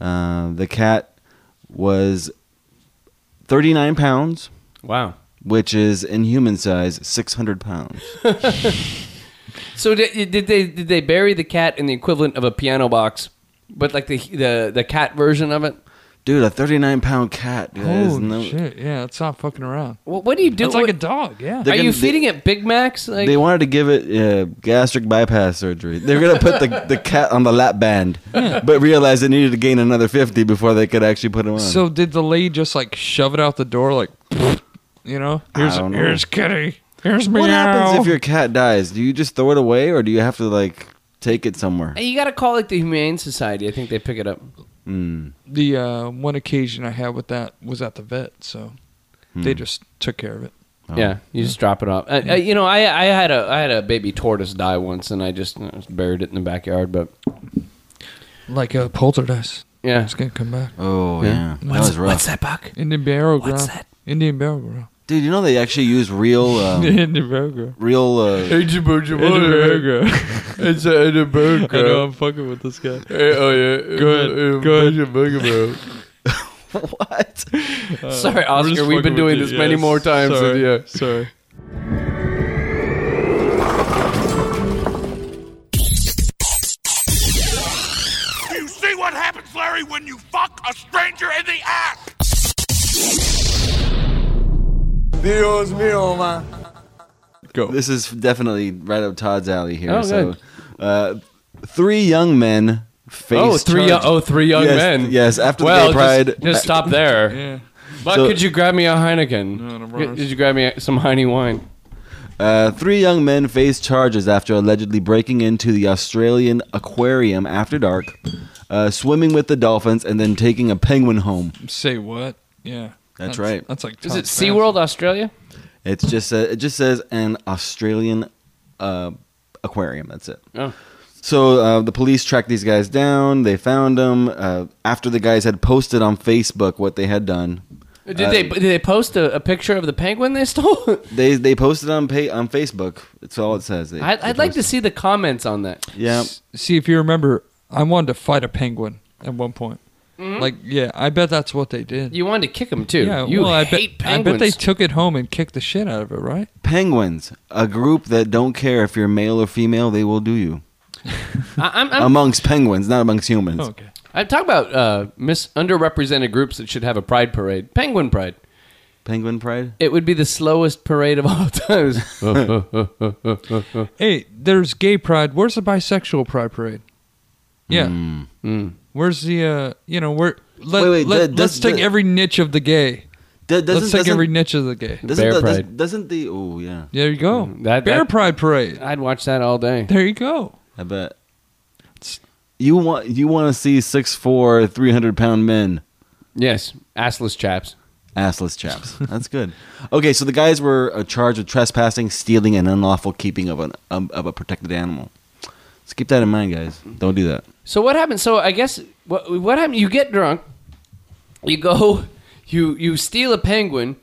Speaker 3: Uh, the cat was 39 pounds,
Speaker 1: wow.
Speaker 3: which is in human size 600 pounds.
Speaker 1: So did, did they did they bury the cat in the equivalent of a piano box, but like the the the cat version of it?
Speaker 3: Dude, a 39 pound cat. dude, that is
Speaker 2: Holy
Speaker 3: no-
Speaker 2: shit. Yeah, it's not fucking around.
Speaker 1: What, what do you do?
Speaker 2: It's like a
Speaker 1: What-
Speaker 2: dog. Yeah.
Speaker 3: They're
Speaker 1: are
Speaker 3: gonna-
Speaker 1: you
Speaker 3: they-
Speaker 1: feeding it Big Macs? Like,
Speaker 3: they wanted to give it uh, gastric bypass surgery. They're gonna put the, the cat on the lap band, but realized they needed to gain another fifty before they could actually put him on.
Speaker 2: So did the lady just like shove it out the door like, you know?
Speaker 3: I
Speaker 2: Here's
Speaker 3: don't know.
Speaker 2: here's kitty. Here's me.
Speaker 3: what happens if your cat dies? Do you just throw it away, or do you have to like take it somewhere?
Speaker 1: Hey, you got to call like the Humane Society. I think they pick it up.
Speaker 3: Mm.
Speaker 2: the uh, one occasion I had with that was at the vet, so they
Speaker 3: Hmm.
Speaker 2: just took care of it.
Speaker 3: Oh.
Speaker 1: Yeah, you just drop it off. Uh, uh, you know, I I had a I had a baby tortoise die once, and I just uh, buried it in the backyard. But
Speaker 2: Like a poltergeist.
Speaker 1: yeah,
Speaker 2: It's gonna come back.
Speaker 3: Oh
Speaker 1: Yeah.
Speaker 3: yeah, that was rough,
Speaker 1: that, Buck?
Speaker 2: Indian burial ground.
Speaker 1: What's that?
Speaker 2: Indian burial ground.
Speaker 3: dude. You know they actually use real, um,
Speaker 2: Indian burial ground.
Speaker 3: real. Uh,
Speaker 2: Indian burial ground.
Speaker 1: It's a, it's a burger.
Speaker 2: I know I'm fucking with this guy.
Speaker 1: oh yeah.
Speaker 2: Good, uh, good.
Speaker 3: what?
Speaker 2: Uh,
Speaker 1: Sorry, Oscar. We've been doing this many more times. than- yeah.
Speaker 2: Sorry.
Speaker 5: You see what happens, Larry, when you fuck a stranger in the ass?
Speaker 6: Dios mío, man.
Speaker 3: This is definitely right up Todd's alley here.
Speaker 1: Oh,
Speaker 3: so,
Speaker 1: good.
Speaker 3: uh, three young men. Faced
Speaker 1: Oh, three young,
Speaker 3: charges-
Speaker 1: oh, three young
Speaker 3: Yes,
Speaker 1: men.
Speaker 3: yes, after the
Speaker 1: well,
Speaker 3: gay
Speaker 1: just-
Speaker 3: pride-
Speaker 1: Just, stop there.
Speaker 2: Yeah.
Speaker 1: But
Speaker 3: So-
Speaker 1: could you grab me a Heineken?
Speaker 2: No, no
Speaker 1: Could-
Speaker 2: worries.
Speaker 1: Did you grab me a- some Heine wine?
Speaker 3: Uh, three young men face charges after allegedly breaking into the Australian aquarium after dark, uh, swimming with the dolphins, and then taking a penguin home.
Speaker 2: Say what? Yeah.
Speaker 3: That's right.
Speaker 2: That's like.
Speaker 1: Is
Speaker 2: Todd's
Speaker 1: it
Speaker 2: fantasy.
Speaker 1: SeaWorld Australia?
Speaker 3: It's just a, it just says an Australian uh, aquarium. That's it.
Speaker 1: Oh.
Speaker 3: So uh, the police tracked these guys down. They found them uh, after the guys had posted on Facebook what they had done.
Speaker 1: Did they did they post a, a picture of the penguin they stole?
Speaker 3: They they posted on pa on Facebook. That's all it says. They,
Speaker 1: I,
Speaker 3: they
Speaker 1: I'd like to
Speaker 3: posted-
Speaker 1: see the comments on that.
Speaker 3: Yeah.
Speaker 2: S- See if you remember, I wanted to fight a penguin at one point. Like, yeah, I bet that's what they did.
Speaker 1: Mm-hmm. You wanted to kick him too.
Speaker 2: yeah,
Speaker 1: you
Speaker 2: well, I
Speaker 1: hate
Speaker 2: bet, I bet
Speaker 1: penguins.
Speaker 2: they took it home and kicked the shit out of it, right?
Speaker 3: Penguins, a group that don't care if you're male or female, they will do you.
Speaker 1: I, am I'm,
Speaker 3: amongst penguins, not amongst
Speaker 1: Oh,
Speaker 3: humans.
Speaker 2: Okay.
Speaker 1: I'm talking about uh, mis- underrepresented groups that should have a pride parade. Penguin pride.
Speaker 3: Penguin pride.
Speaker 1: It would be the slowest parade of all times.
Speaker 2: Hey, there's gay pride. Where's the bisexual pride parade? Yeah.
Speaker 1: Mm.
Speaker 2: Where's the uh? You know, where? Let,
Speaker 3: Hmm. Wait, wait,
Speaker 2: let,
Speaker 3: that-
Speaker 2: let's
Speaker 3: that-
Speaker 2: take
Speaker 3: that-
Speaker 2: every niche of the gay.
Speaker 3: Do- doesn't,
Speaker 2: let's take
Speaker 3: doesn't,
Speaker 2: every niche of the gay.
Speaker 3: doesn't
Speaker 1: Bear
Speaker 3: the, does-
Speaker 1: pride.
Speaker 3: Doesn't the oh yeah,
Speaker 2: There you go.
Speaker 1: Mm, that-
Speaker 2: Bear
Speaker 1: that-
Speaker 2: pride parade.
Speaker 1: I'd watch that all day.
Speaker 2: There you go.
Speaker 3: I bet.
Speaker 2: It's-
Speaker 3: You want you want to see six four, three hundred pound men,
Speaker 1: Yes, assless chaps.
Speaker 3: assless chaps. That's good. Okay, so the guys were uh, charged with trespassing, stealing, and unlawful keeping of an um, of a protected animal. So keep that in mind, guys. Don't do that.
Speaker 1: So what happened? So I guess what what happened? You get drunk, you go, you you steal a penguin,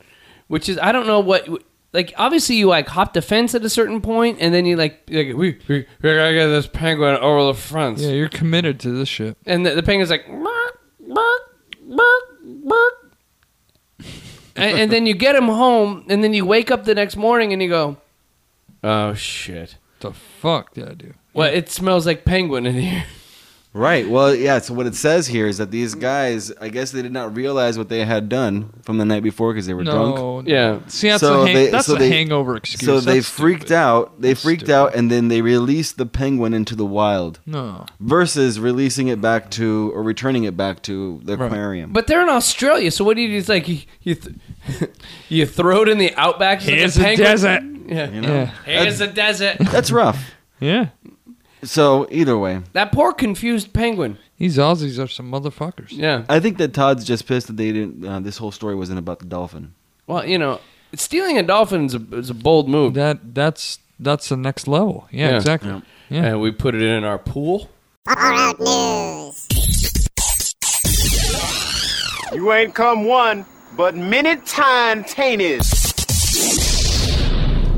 Speaker 1: which is I don't know what. Like obviously you like hop the fence at a certain point, and then you like, like we, we we gotta get this penguin over the fence,
Speaker 2: Yeah, you're committed to this shit.
Speaker 1: and the, the penguin's like, "Bark, bark, bark, bark." and, and then you get him home, and then you wake up the next morning and you go, oh shit,
Speaker 2: The fuck did I do?
Speaker 1: well it smells like penguin in here.
Speaker 3: Right. Well, yeah. So what it says here is that these guys, I guess they did not realize what they had done from the night before because they were drunk.
Speaker 2: No.
Speaker 1: Yeah.
Speaker 2: See, that's,
Speaker 3: So
Speaker 2: a, hang-
Speaker 3: they-
Speaker 2: that's
Speaker 3: so
Speaker 2: a
Speaker 3: they-
Speaker 2: hangover excuse.
Speaker 3: So they
Speaker 2: That's
Speaker 3: freaked
Speaker 2: stupid.
Speaker 3: out. They
Speaker 2: That's
Speaker 3: freaked
Speaker 2: stupid.
Speaker 3: out, and then they released the penguin into the wild
Speaker 2: No.
Speaker 3: versus releasing it back to or returning it back to the
Speaker 2: Right.
Speaker 3: aquarium.
Speaker 1: But they're in Australia, so what do you do? It's like you, you, th- you throw it in the outback. just like
Speaker 2: Here's
Speaker 1: a
Speaker 2: a
Speaker 1: penguin.
Speaker 2: desert.
Speaker 1: Yeah.
Speaker 3: you know,
Speaker 2: Yeah.
Speaker 1: Here's a desert.
Speaker 3: that's rough.
Speaker 2: Yeah.
Speaker 3: So either way,
Speaker 1: That poor confused penguin.
Speaker 2: These Aussies are some motherfuckers.
Speaker 1: Yeah.
Speaker 3: I think that Todd's just pissed that they didn't. Uh, this whole story wasn't about the dolphin.
Speaker 1: Well, you know, stealing a dolphin is a, is a bold move.
Speaker 2: That that's that's the next level. Yeah,
Speaker 1: Yeah.
Speaker 2: exactly.
Speaker 3: Yeah.
Speaker 2: Yeah.
Speaker 1: And Uh, we put it in our pool.
Speaker 4: You ain't come one, but many tintanies.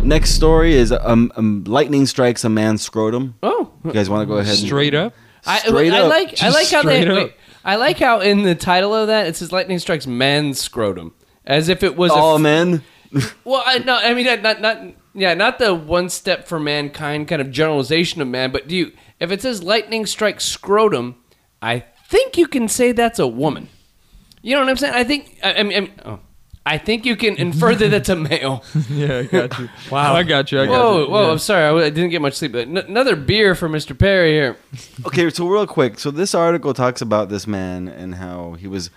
Speaker 3: Next story is um, um, lightning strikes a man's scrotum.
Speaker 1: Oh,
Speaker 3: You guys want to go ahead? and-
Speaker 2: Straight up.
Speaker 1: I,
Speaker 3: Straight
Speaker 1: I
Speaker 3: up.
Speaker 1: like I
Speaker 2: Just
Speaker 1: like how they
Speaker 2: straight up.
Speaker 1: wait, I like how in the title of that it says lightning strikes man's scrotum as if it was
Speaker 2: Oh,
Speaker 3: all
Speaker 1: a,
Speaker 3: men.
Speaker 1: well I, no I mean not not not yeah not the one step for mankind kind of generalization of man but do you if it says lightning strikes scrotum I think you can say that's a woman you know what I'm saying I think I, I mean I mean- oh. I think you can infer that it's a male.
Speaker 2: Yeah, I got you. wow. I got you. I got
Speaker 1: Whoa,
Speaker 2: you.
Speaker 1: whoa!
Speaker 2: Yeah.
Speaker 1: I'm sorry, I w- I didn't get much sleep. N- another beer for Mr. Perry here.
Speaker 3: Okay, so real quick, so this article talks about this man and how he was,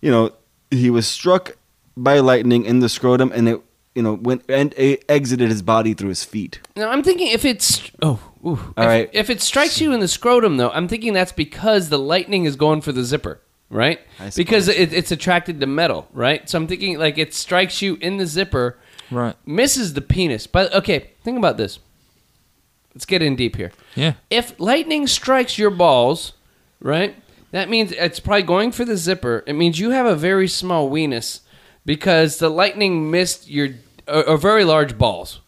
Speaker 3: you know, he was struck by lightning in the scrotum and it, you know, went and it exited his body through his feet.
Speaker 1: Now I'm thinking if it's oh ooh, if,
Speaker 3: right.
Speaker 1: if it strikes you in the scrotum though I'm thinking that's because the lightning is going for the zipper right
Speaker 3: I
Speaker 1: because
Speaker 3: suppose.
Speaker 1: it, it's attracted to metal right so I'm thinking like it strikes you in the zipper
Speaker 2: Right.
Speaker 1: misses the penis but okay think about this let's get in deep here
Speaker 2: Yeah.
Speaker 1: if lightning strikes your balls right that means it's probably going for the zipper it means you have a very small weenus because the lightning missed your or, or very large balls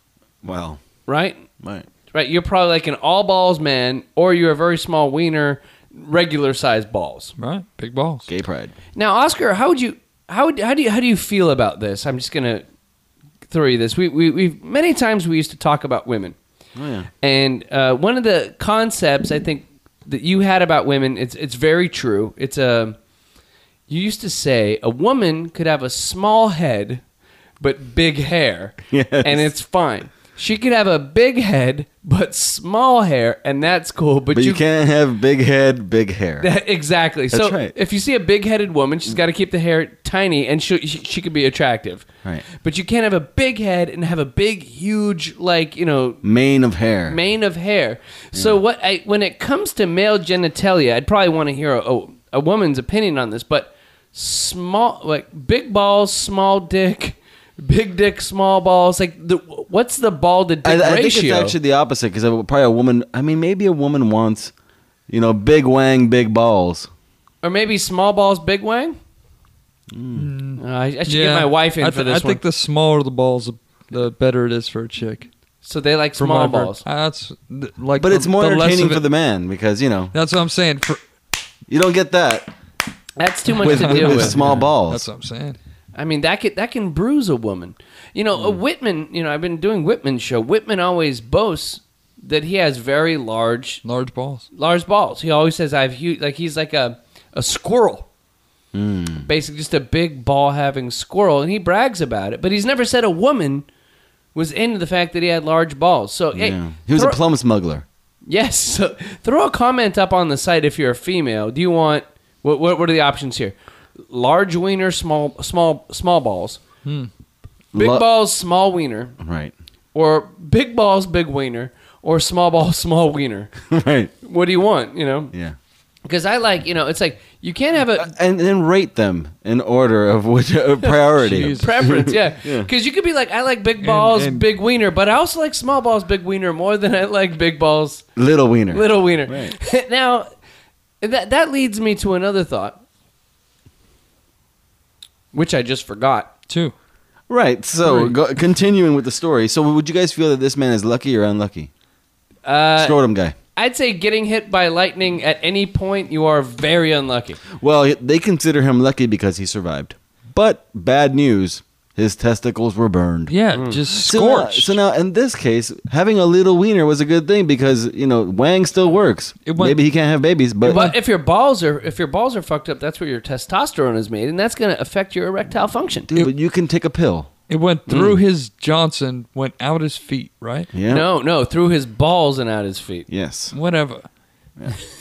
Speaker 3: Wow.
Speaker 1: right
Speaker 3: Right.
Speaker 1: Right, you're probably like an all balls man, or you're a very small wiener, regular sized balls.
Speaker 2: Right. Big balls.
Speaker 3: Gay pride.
Speaker 1: Now, Oscar, how would you how would, how do you how do you feel about this? I'm just gonna throw you this. We we we many times we used to talk about women,
Speaker 3: Oh yeah.
Speaker 1: and uh, one of the concepts I think that you had about women it's it's very true. It's a you used to say a woman could have a small head but big hair,
Speaker 3: Yes.
Speaker 1: and it's fine. She could have a big head but small hair, and that's cool. But,
Speaker 3: But you, can't have big head, big hair.
Speaker 1: That- exactly. so
Speaker 3: right. Mm.
Speaker 1: if you see a big-headed woman, she's got to keep the hair tiny, and she she, she could be attractive.
Speaker 3: Right.
Speaker 1: But you can't have a big head and have a big, huge, like you know,
Speaker 3: Mane of hair.
Speaker 1: mane of hair. So what? I when it comes to male genitalia, I'd probably want to hear a, a, a woman's opinion on this. But small, like big balls, small dick, big dick, small balls. Like the what's the ball to dick
Speaker 3: I, I think it's
Speaker 1: ratio?
Speaker 3: actually the opposite because probably a woman. I mean, maybe a woman wants, you know, big wang, big balls.
Speaker 1: or maybe small balls, big wang.
Speaker 3: Mm.
Speaker 1: Uh, I, I should get my wife in
Speaker 2: I
Speaker 1: for
Speaker 2: thi-
Speaker 1: this
Speaker 2: I
Speaker 1: one.
Speaker 2: think the smaller the balls, the better it is for a chick.
Speaker 1: So they like
Speaker 2: From
Speaker 1: small
Speaker 2: what I've heard.
Speaker 1: balls.
Speaker 2: Uh, that's th- like,
Speaker 3: But
Speaker 2: the-
Speaker 3: it's more
Speaker 2: the less
Speaker 3: entertaining
Speaker 2: of it-
Speaker 3: for the man because you know
Speaker 2: That's what I'm saying. For,
Speaker 3: you don't get that
Speaker 1: That's too much
Speaker 3: with,
Speaker 1: to
Speaker 3: with,
Speaker 1: deal with.
Speaker 3: small balls.
Speaker 2: that's what I'm saying.
Speaker 1: I mean, that can, that can bruise a woman. You know,
Speaker 3: Mm.
Speaker 1: a Whitman. You know, I've been doing Whitman's show. Whitman always boasts that he has very large,
Speaker 2: Large balls.
Speaker 1: large balls. He always says, "I've huge." Like he's like a a squirrel,
Speaker 3: Mm.
Speaker 1: basically just a big ball having squirrel, and he brags about it. But he's never said a woman was into the fact that he had large balls. So hey,
Speaker 3: Yeah. He was a
Speaker 1: throw-
Speaker 3: plum smuggler.
Speaker 1: Yes. So throw a comment up on the site if you're a female. Do you want what? What, what are the options here? Large wiener, small, small, small balls. Big
Speaker 3: Lo-
Speaker 1: balls, small wiener,
Speaker 3: Right.
Speaker 1: or big balls, big wiener, or small balls, small wiener.
Speaker 3: right.
Speaker 1: What do you want? You know,
Speaker 3: Yeah.
Speaker 1: because I like you know, it's like you can't have a
Speaker 3: Uh, And then rate them in order of which uh, priority.
Speaker 2: Jeez.
Speaker 1: preference. Yeah, because you could be like, I like big balls,
Speaker 2: and-
Speaker 1: big wiener, but I also like small balls, big wiener more than I like big balls,
Speaker 3: Little wiener.
Speaker 1: little wiener.
Speaker 3: Right.
Speaker 1: now, that that leads me to another thought, which I just forgot.
Speaker 2: Two.
Speaker 3: Right. So go, continuing with the story. So would you guys feel that this man is lucky or unlucky?
Speaker 1: Uh,
Speaker 3: Scrotum guy.
Speaker 1: I'd say getting hit by lightning at any point, you are very unlucky.
Speaker 3: Well, they consider him lucky because he survived. But bad news. His testicles were burned.
Speaker 2: Yeah, just
Speaker 3: So now,
Speaker 2: scorched.
Speaker 3: so now, in this case, having a little wiener was a good thing because you know Wang still works.
Speaker 2: It went-
Speaker 3: Maybe he can't have babies, but uh,
Speaker 1: But if your balls are if your balls are fucked up, that's where your testosterone is made, and that's going to affect your erectile function.
Speaker 3: dude, but you can take a pill.
Speaker 2: it went through
Speaker 3: Mm.
Speaker 2: his Johnson, went out his feet, right?
Speaker 3: Yeah.
Speaker 1: No, no, through his balls and out his feet.
Speaker 3: Yes.
Speaker 2: Whatever.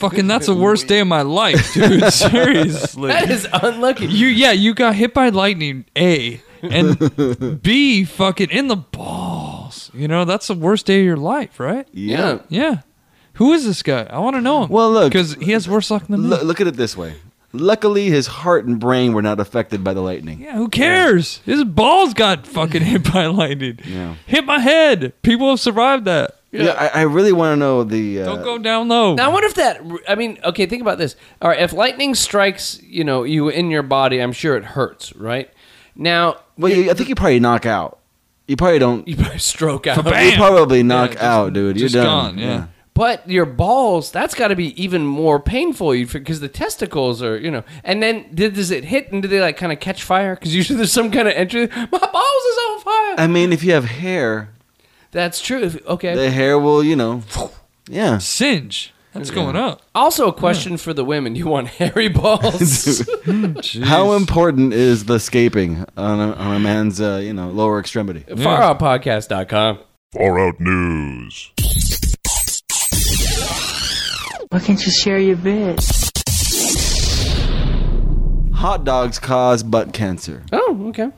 Speaker 2: Fucking, that's the worst day of my life, dude. Seriously.
Speaker 1: That is unlucky.
Speaker 2: You yeah, you got hit by lightning. A and B, fucking in the balls. You know that's the worst day of your life, right?
Speaker 1: yeah.
Speaker 2: Yeah. Who is this guy? I want to know him.
Speaker 3: Well, look-
Speaker 2: because he has worse luck than me.
Speaker 3: Look, look at it this way. Luckily, his heart and brain were not affected by the lightning.
Speaker 2: yeah, who cares? His balls got fucking hit by lightning.
Speaker 3: Yeah.
Speaker 2: Hit my head. People have survived that.
Speaker 3: Yeah, I, I really want to know the. Uh,
Speaker 2: Don't go down low.
Speaker 1: Now I wonder if that. I mean, okay, think about this. All right, if lightning strikes, you know, you in your body, I'm sure it hurts, right? Now
Speaker 3: Well, you, I think you probably knock out. You probably don't.
Speaker 1: you probably stroke out,
Speaker 3: You probably knock
Speaker 2: just-
Speaker 3: out, dude. You're
Speaker 2: Just
Speaker 3: done.
Speaker 2: gone. Yeah.
Speaker 1: but your balls, that's got to be even more painful. You because the testicles are, you know, and then did, does it hit and do they like kind of catch fire? Because usually there's some kind of entry. My balls is on fire.
Speaker 3: I mean, if you have hair,
Speaker 1: That's true. If- Okay.
Speaker 3: the hair will, you know. Yeah.
Speaker 2: Singe. That's going up.
Speaker 1: also, a question for the women: You want hairy balls?
Speaker 3: How important is the scaping on a, on a man's, uh, you know, lower extremity?
Speaker 1: FarOutPodcast.com.
Speaker 5: Far Out News.
Speaker 7: Why can't you share your bed?
Speaker 3: Hot dogs cause butt cancer.
Speaker 1: Oh, okay.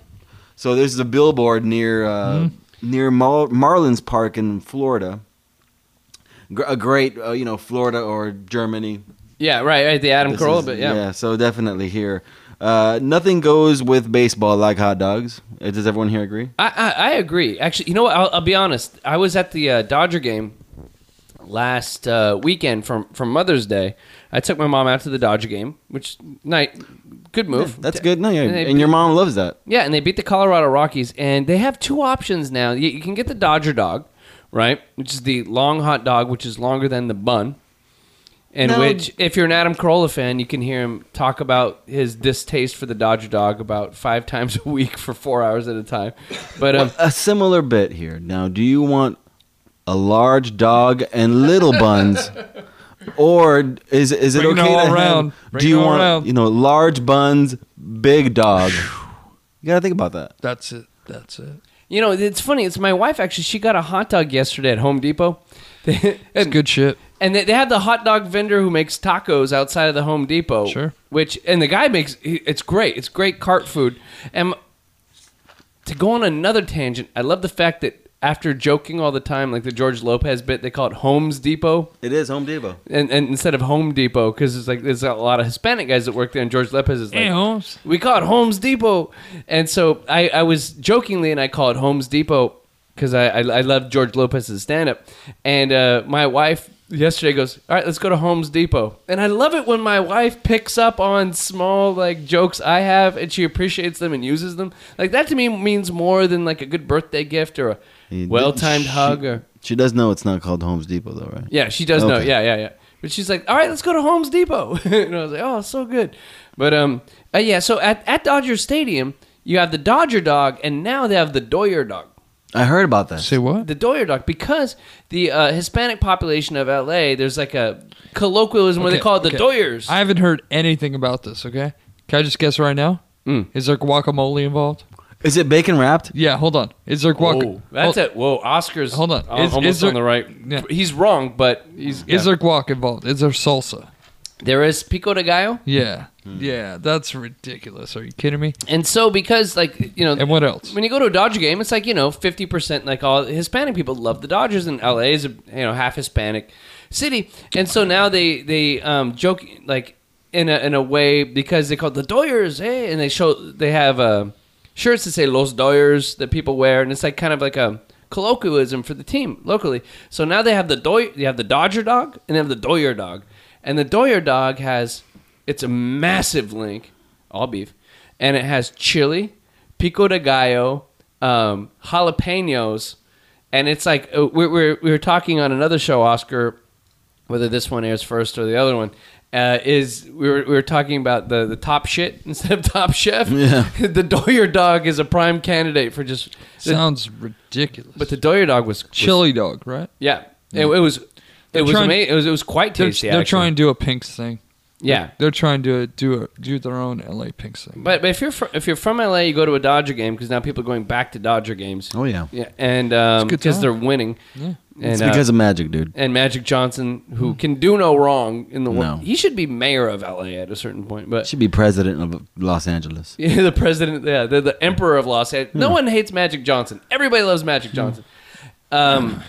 Speaker 3: So there's a billboard near
Speaker 1: Hmm.
Speaker 3: uh, near Mar- Marlins Park in Florida. Gr- A great, uh, you know, Florida or Germany.
Speaker 1: Yeah, right, right. The Adam
Speaker 3: This
Speaker 1: Carolla
Speaker 3: is-
Speaker 1: bit, yeah.
Speaker 3: so definitely here. Uh, nothing goes with baseball like hot dogs. Uh, Does everyone here agree?
Speaker 1: I, I, I agree. Actually, you know what? I'll, I'll be honest. I was at the uh, Dodger game last uh, weekend from, from Mother's Day. I took my mom out to the Dodger game, which night, good move.
Speaker 3: That's good. No, yeah.
Speaker 1: And they
Speaker 3: And your mom loves that.
Speaker 1: Yeah, and they beat the Colorado Rockies, and they have two options now. You, you can get the Dodger dog, right? Which is the long hot dog, which is longer than the bun. And
Speaker 3: No.
Speaker 1: which, if you're an Adam Carolla fan, you can hear him talk about his distaste for the Dodger dog about five times a week for four hours at a time. But um,
Speaker 3: A similar bit here. Now, do you want a large dog and little buns? Or is is it
Speaker 2: Bring it
Speaker 3: okay
Speaker 2: all
Speaker 3: to have-
Speaker 2: around. Bring
Speaker 3: do
Speaker 2: it
Speaker 3: you
Speaker 2: all
Speaker 3: want
Speaker 2: around.
Speaker 3: you know large buns, big dog? you gotta think about that.
Speaker 2: That's it. That's it.
Speaker 1: You know, it's funny. It's my wife actually. She got a hot dog yesterday at Home Depot,
Speaker 2: It's good shit.
Speaker 1: and they, they had the hot dog vendor who makes tacos outside of the Home Depot.
Speaker 2: Sure.
Speaker 1: Which and the guy makes he- it's great. It's great cart food. And to go on another tangent, I love the fact that after joking all the time, like the George Lopez bit, they call it Homes Depot
Speaker 3: It is Home Depot.
Speaker 1: and, and instead of Home Depot because it's like there's a lot of Hispanic guys that work there, and George Lopez is like,
Speaker 2: Hey, Holmes.
Speaker 1: we call it Homes Depot, and so I, I was jokingly and I call it Homes Depot because I, I I love George Lopez's stand up, and uh, my wife yesterday goes, all right, let's go to Homes Depot, and I love it when my wife picks up on small like jokes I have and she appreciates them and uses them. Like that to me means more than like a good birthday gift or a
Speaker 3: You
Speaker 1: well timed
Speaker 3: didn't-
Speaker 1: hug or.
Speaker 3: She does know it's not called Homes Depot though, right?
Speaker 1: Yeah, she does know.
Speaker 3: Okay.
Speaker 1: Yeah, yeah, yeah. But she's like, all right, let's go to Homes Depot. and I was like, oh, so good. But um, uh, yeah. So at at Dodger Stadium, you have the Dodger dog, and now they have the Doyer dog.
Speaker 3: I heard about that.
Speaker 2: Say what?
Speaker 1: The Doyer dog, because the uh, Hispanic population of LA, there's like a colloquialism where they
Speaker 2: Okay,
Speaker 1: call it the
Speaker 2: okay.
Speaker 1: Doyers.
Speaker 2: I haven't heard anything about this, okay? Can I just guess right now? Is there guacamole involved?
Speaker 3: Is it bacon wrapped?
Speaker 2: Yeah, hold on. Is there guac?
Speaker 1: Whoa, Oh, that's
Speaker 2: hol-
Speaker 1: it. Whoa, Oscar's
Speaker 2: Hold on.
Speaker 1: al-
Speaker 2: Is-
Speaker 1: almost
Speaker 2: is there-
Speaker 1: on the right.
Speaker 2: Yeah.
Speaker 1: He's wrong, but he's
Speaker 2: Is
Speaker 1: yeah.
Speaker 2: there guac involved? Is there salsa?
Speaker 1: there is pico de gallo,
Speaker 2: Yeah. Yeah, that's ridiculous. Are you kidding me?
Speaker 1: and so because like you know,
Speaker 2: And what else?
Speaker 1: When you go to a Dodger game, it's like you know, fifty percent like all Hispanic people love the Dodgers, and LA is a you know half Hispanic city, and so now they they um, joke like in a in a way because they call it the Doyers, hey, and they show they have uh, shirts that say Los Doyers that people wear, and it's like kind of like a colloquialism for the team locally. So now they have the Doy they have the Dodger dog and they have the Doyer dog, and the Doyer dog has it's a massive link, all beef, and it has chili pico de gallo, um, jalapenos, and it's like uh, we we we were talking on another show, Oscar, whether this one airs first or the other one, uh, is we were, we were talking about the, the top shit instead of top chef.
Speaker 3: Yeah.
Speaker 1: the Doyer dog is a prime candidate for just. The,
Speaker 2: Sounds ridiculous.
Speaker 1: but the Doyer dog was, was
Speaker 2: chili dog, right?
Speaker 1: Yeah, it, it was. It
Speaker 2: They're
Speaker 1: was,
Speaker 2: trying-
Speaker 1: ama- it was. It was quite
Speaker 2: They're,
Speaker 1: tasty.
Speaker 2: they're
Speaker 1: actually.
Speaker 2: trying to do a Pink's thing.
Speaker 1: Yeah,
Speaker 2: They're trying to do a, do their own LA Pink's thing.
Speaker 1: but, but if you're fr- if you're from LA, you go to a Dodger game because now people are going back to Dodger games.
Speaker 3: Oh, yeah.
Speaker 1: Yeah, and um,
Speaker 2: It's a good
Speaker 1: because
Speaker 2: time.
Speaker 1: they're winning.
Speaker 2: Yeah. Hmm.
Speaker 1: And,
Speaker 3: it's
Speaker 1: uh,
Speaker 3: because of magic, dude.
Speaker 1: and Magic Johnson, who can do no wrong in the
Speaker 3: No.
Speaker 1: world. He should be mayor of LA at a certain point, but
Speaker 3: Should be president of Los Angeles.
Speaker 1: yeah, the president, yeah, the, the emperor of Los Angeles.
Speaker 3: Hmm.
Speaker 1: No one hates Magic Johnson. Everybody loves Magic Johnson. Um,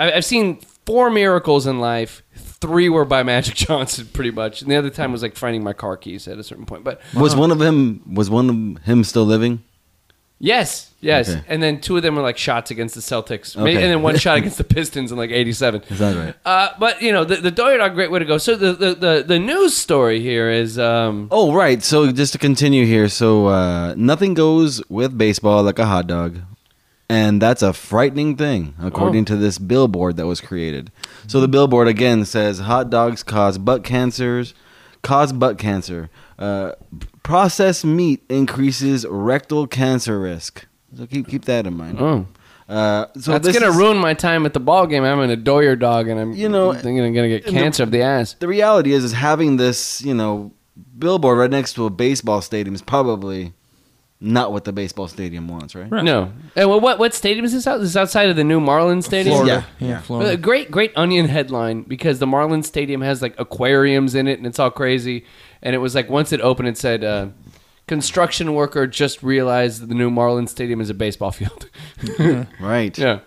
Speaker 1: I, I've seen four miracles in life. Three were by Magic Johnson, pretty much, and the other time was like finding my car keys at a certain point. But
Speaker 2: Uh-huh.
Speaker 3: Was one of him? Was one of him still living?
Speaker 1: yes, yes,
Speaker 3: Okay.
Speaker 1: and then two of them were like shots against the Celtics,
Speaker 3: Okay.
Speaker 1: Maybe and then one shot against the Pistons in like '87.
Speaker 3: Is that right?
Speaker 1: Uh, but you know the the Doyer dog, great way to go. So the the the, the news story here is um,
Speaker 3: Oh, right. So just to continue here, so uh, nothing goes with baseball like a hot dog, and that's a frightening thing, according
Speaker 1: Oh.
Speaker 3: to this billboard that was created. So the billboard again says hot dogs cause butt cancers, cause butt cancer. Uh, processed meat increases rectal cancer risk. So keep keep that in mind.
Speaker 1: oh.
Speaker 3: Uh, so
Speaker 1: That's
Speaker 3: this
Speaker 1: gonna
Speaker 3: is-
Speaker 1: ruin my time at the ball game. I'm gonna doyer dog, and I'm
Speaker 3: You know,
Speaker 1: thinking I'm gonna get
Speaker 3: and the-
Speaker 1: cancer of the ass.
Speaker 3: the reality is is having this you know billboard right next to a baseball stadium is probably not what the baseball stadium wants right,
Speaker 1: No. And well, what what stadium is this out? This is outside of the new Marlins Stadium.
Speaker 3: Florida.
Speaker 2: Yeah,
Speaker 3: Yeah, yeah.
Speaker 1: Well, a
Speaker 2: Florida.
Speaker 1: great great onion headline because the Marlins Stadium has like aquariums in it, and it's all crazy. And it was like once it opened, it said. Uh, Construction worker just realized that the new Marlins Stadium is a baseball field.
Speaker 3: right
Speaker 1: yeah.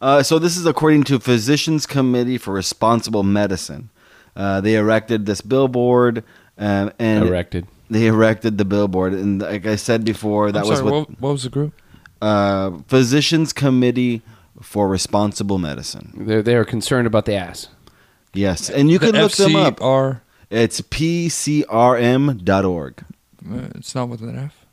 Speaker 3: uh, so this is according to physicians committee for responsible medicine uh, they erected this billboard um, and
Speaker 1: Erected.
Speaker 3: they erected the billboard and like i said before that
Speaker 2: I'm
Speaker 3: was
Speaker 2: sorry,
Speaker 3: what,
Speaker 2: what, what was the group?
Speaker 3: uh, physicians committee for responsible medicine
Speaker 1: They're, they are concerned about the ass.
Speaker 3: yes and you
Speaker 2: The
Speaker 3: can look them up
Speaker 2: FCR,
Speaker 3: it's pcrm.org
Speaker 2: uh, it's not with an F.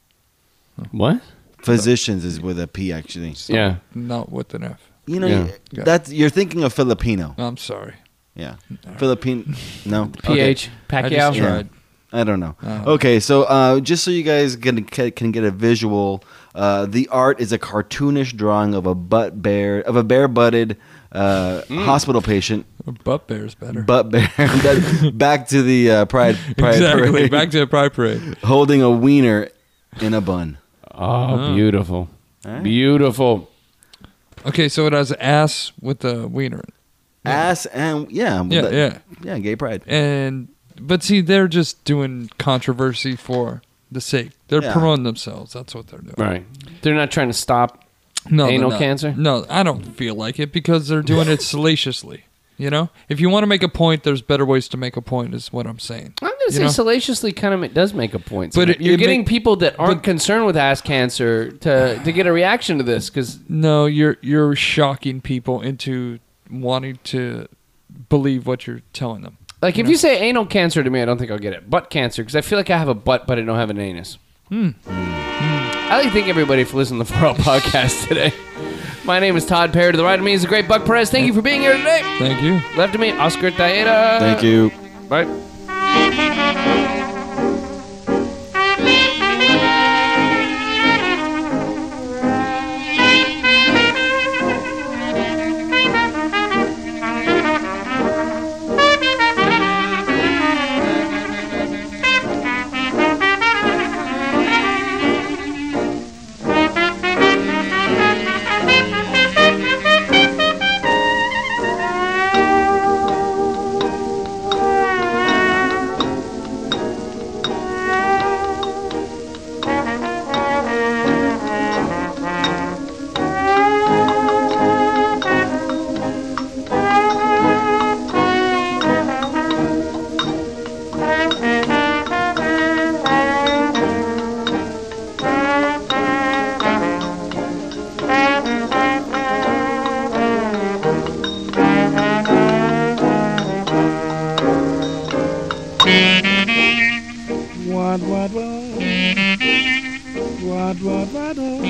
Speaker 1: What?
Speaker 3: physicians is with a p actually
Speaker 1: Yeah.
Speaker 2: Not with an F.
Speaker 3: You know,
Speaker 1: Yeah.
Speaker 3: you- that's you're thinking of Filipino.
Speaker 2: I'm sorry.
Speaker 3: Yeah, Philippine. No, Okay.
Speaker 1: PH.
Speaker 2: I
Speaker 1: Pacquiao.
Speaker 2: just
Speaker 3: Yeah.
Speaker 2: tried.
Speaker 3: I don't know.
Speaker 2: Oh.
Speaker 3: Okay, so uh, just so you guys can can get a visual, uh, the art is a cartoonish drawing of a butt bear of a bare butted uh,
Speaker 2: Hmm.
Speaker 3: hospital patient.
Speaker 2: Butt bear's better.
Speaker 3: Butt bear. That- back to the uh, pride pride
Speaker 2: exactly.
Speaker 3: parade.
Speaker 2: Back to the Pride Parade.
Speaker 3: holding a wiener in a bun.
Speaker 1: Oh, beautiful.
Speaker 3: Alright.
Speaker 1: Beautiful.
Speaker 2: Okay, so it has ass with the wiener.
Speaker 3: Ass and yeah,
Speaker 2: Yeah,
Speaker 3: that-
Speaker 2: yeah.
Speaker 3: yeah, gay pride.
Speaker 2: And but see, they're just doing controversy for the sake. They're
Speaker 3: Yeah.
Speaker 2: promoting themselves. That's what they're doing.
Speaker 1: Right. They're not trying to stop.
Speaker 2: No, they're
Speaker 1: Anal
Speaker 2: not.
Speaker 1: cancer?
Speaker 2: No, I don't feel like it because they're doing it salaciously. You know, if you want to make a point, there's better ways to make a point. Is what I'm saying.
Speaker 1: I'm going to
Speaker 2: You
Speaker 1: say
Speaker 2: know?
Speaker 1: salaciously kind of ma- does make a point.
Speaker 2: But
Speaker 1: But
Speaker 2: it-
Speaker 1: you're
Speaker 2: it
Speaker 1: getting
Speaker 2: make-
Speaker 1: people that aren't concerned with ass cancer to, to get a reaction to this because
Speaker 2: No, you're you're shocking people into wanting to believe what you're telling them.
Speaker 1: like if you say anal cancer to me, I don't think I'll get it. Butt cancer because I feel like I have a butt, but I don't have an anus. I like to thank everybody for listening to the Four Out podcast today. My name is Todd Perry. To the right of me is the great Buck Perez. Thank you for being here today.
Speaker 2: Thank you.
Speaker 1: Left of me, Oscar
Speaker 2: Uh,
Speaker 1: Tejeda.
Speaker 3: Thank you.
Speaker 1: Bye.
Speaker 4: What, what, what? What, what, what? What,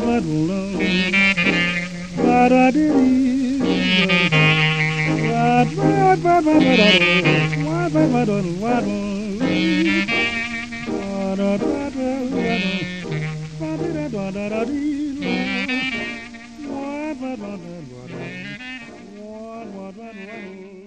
Speaker 4: what, what? What, what, what? What, what, what?
Speaker 8: Thank you.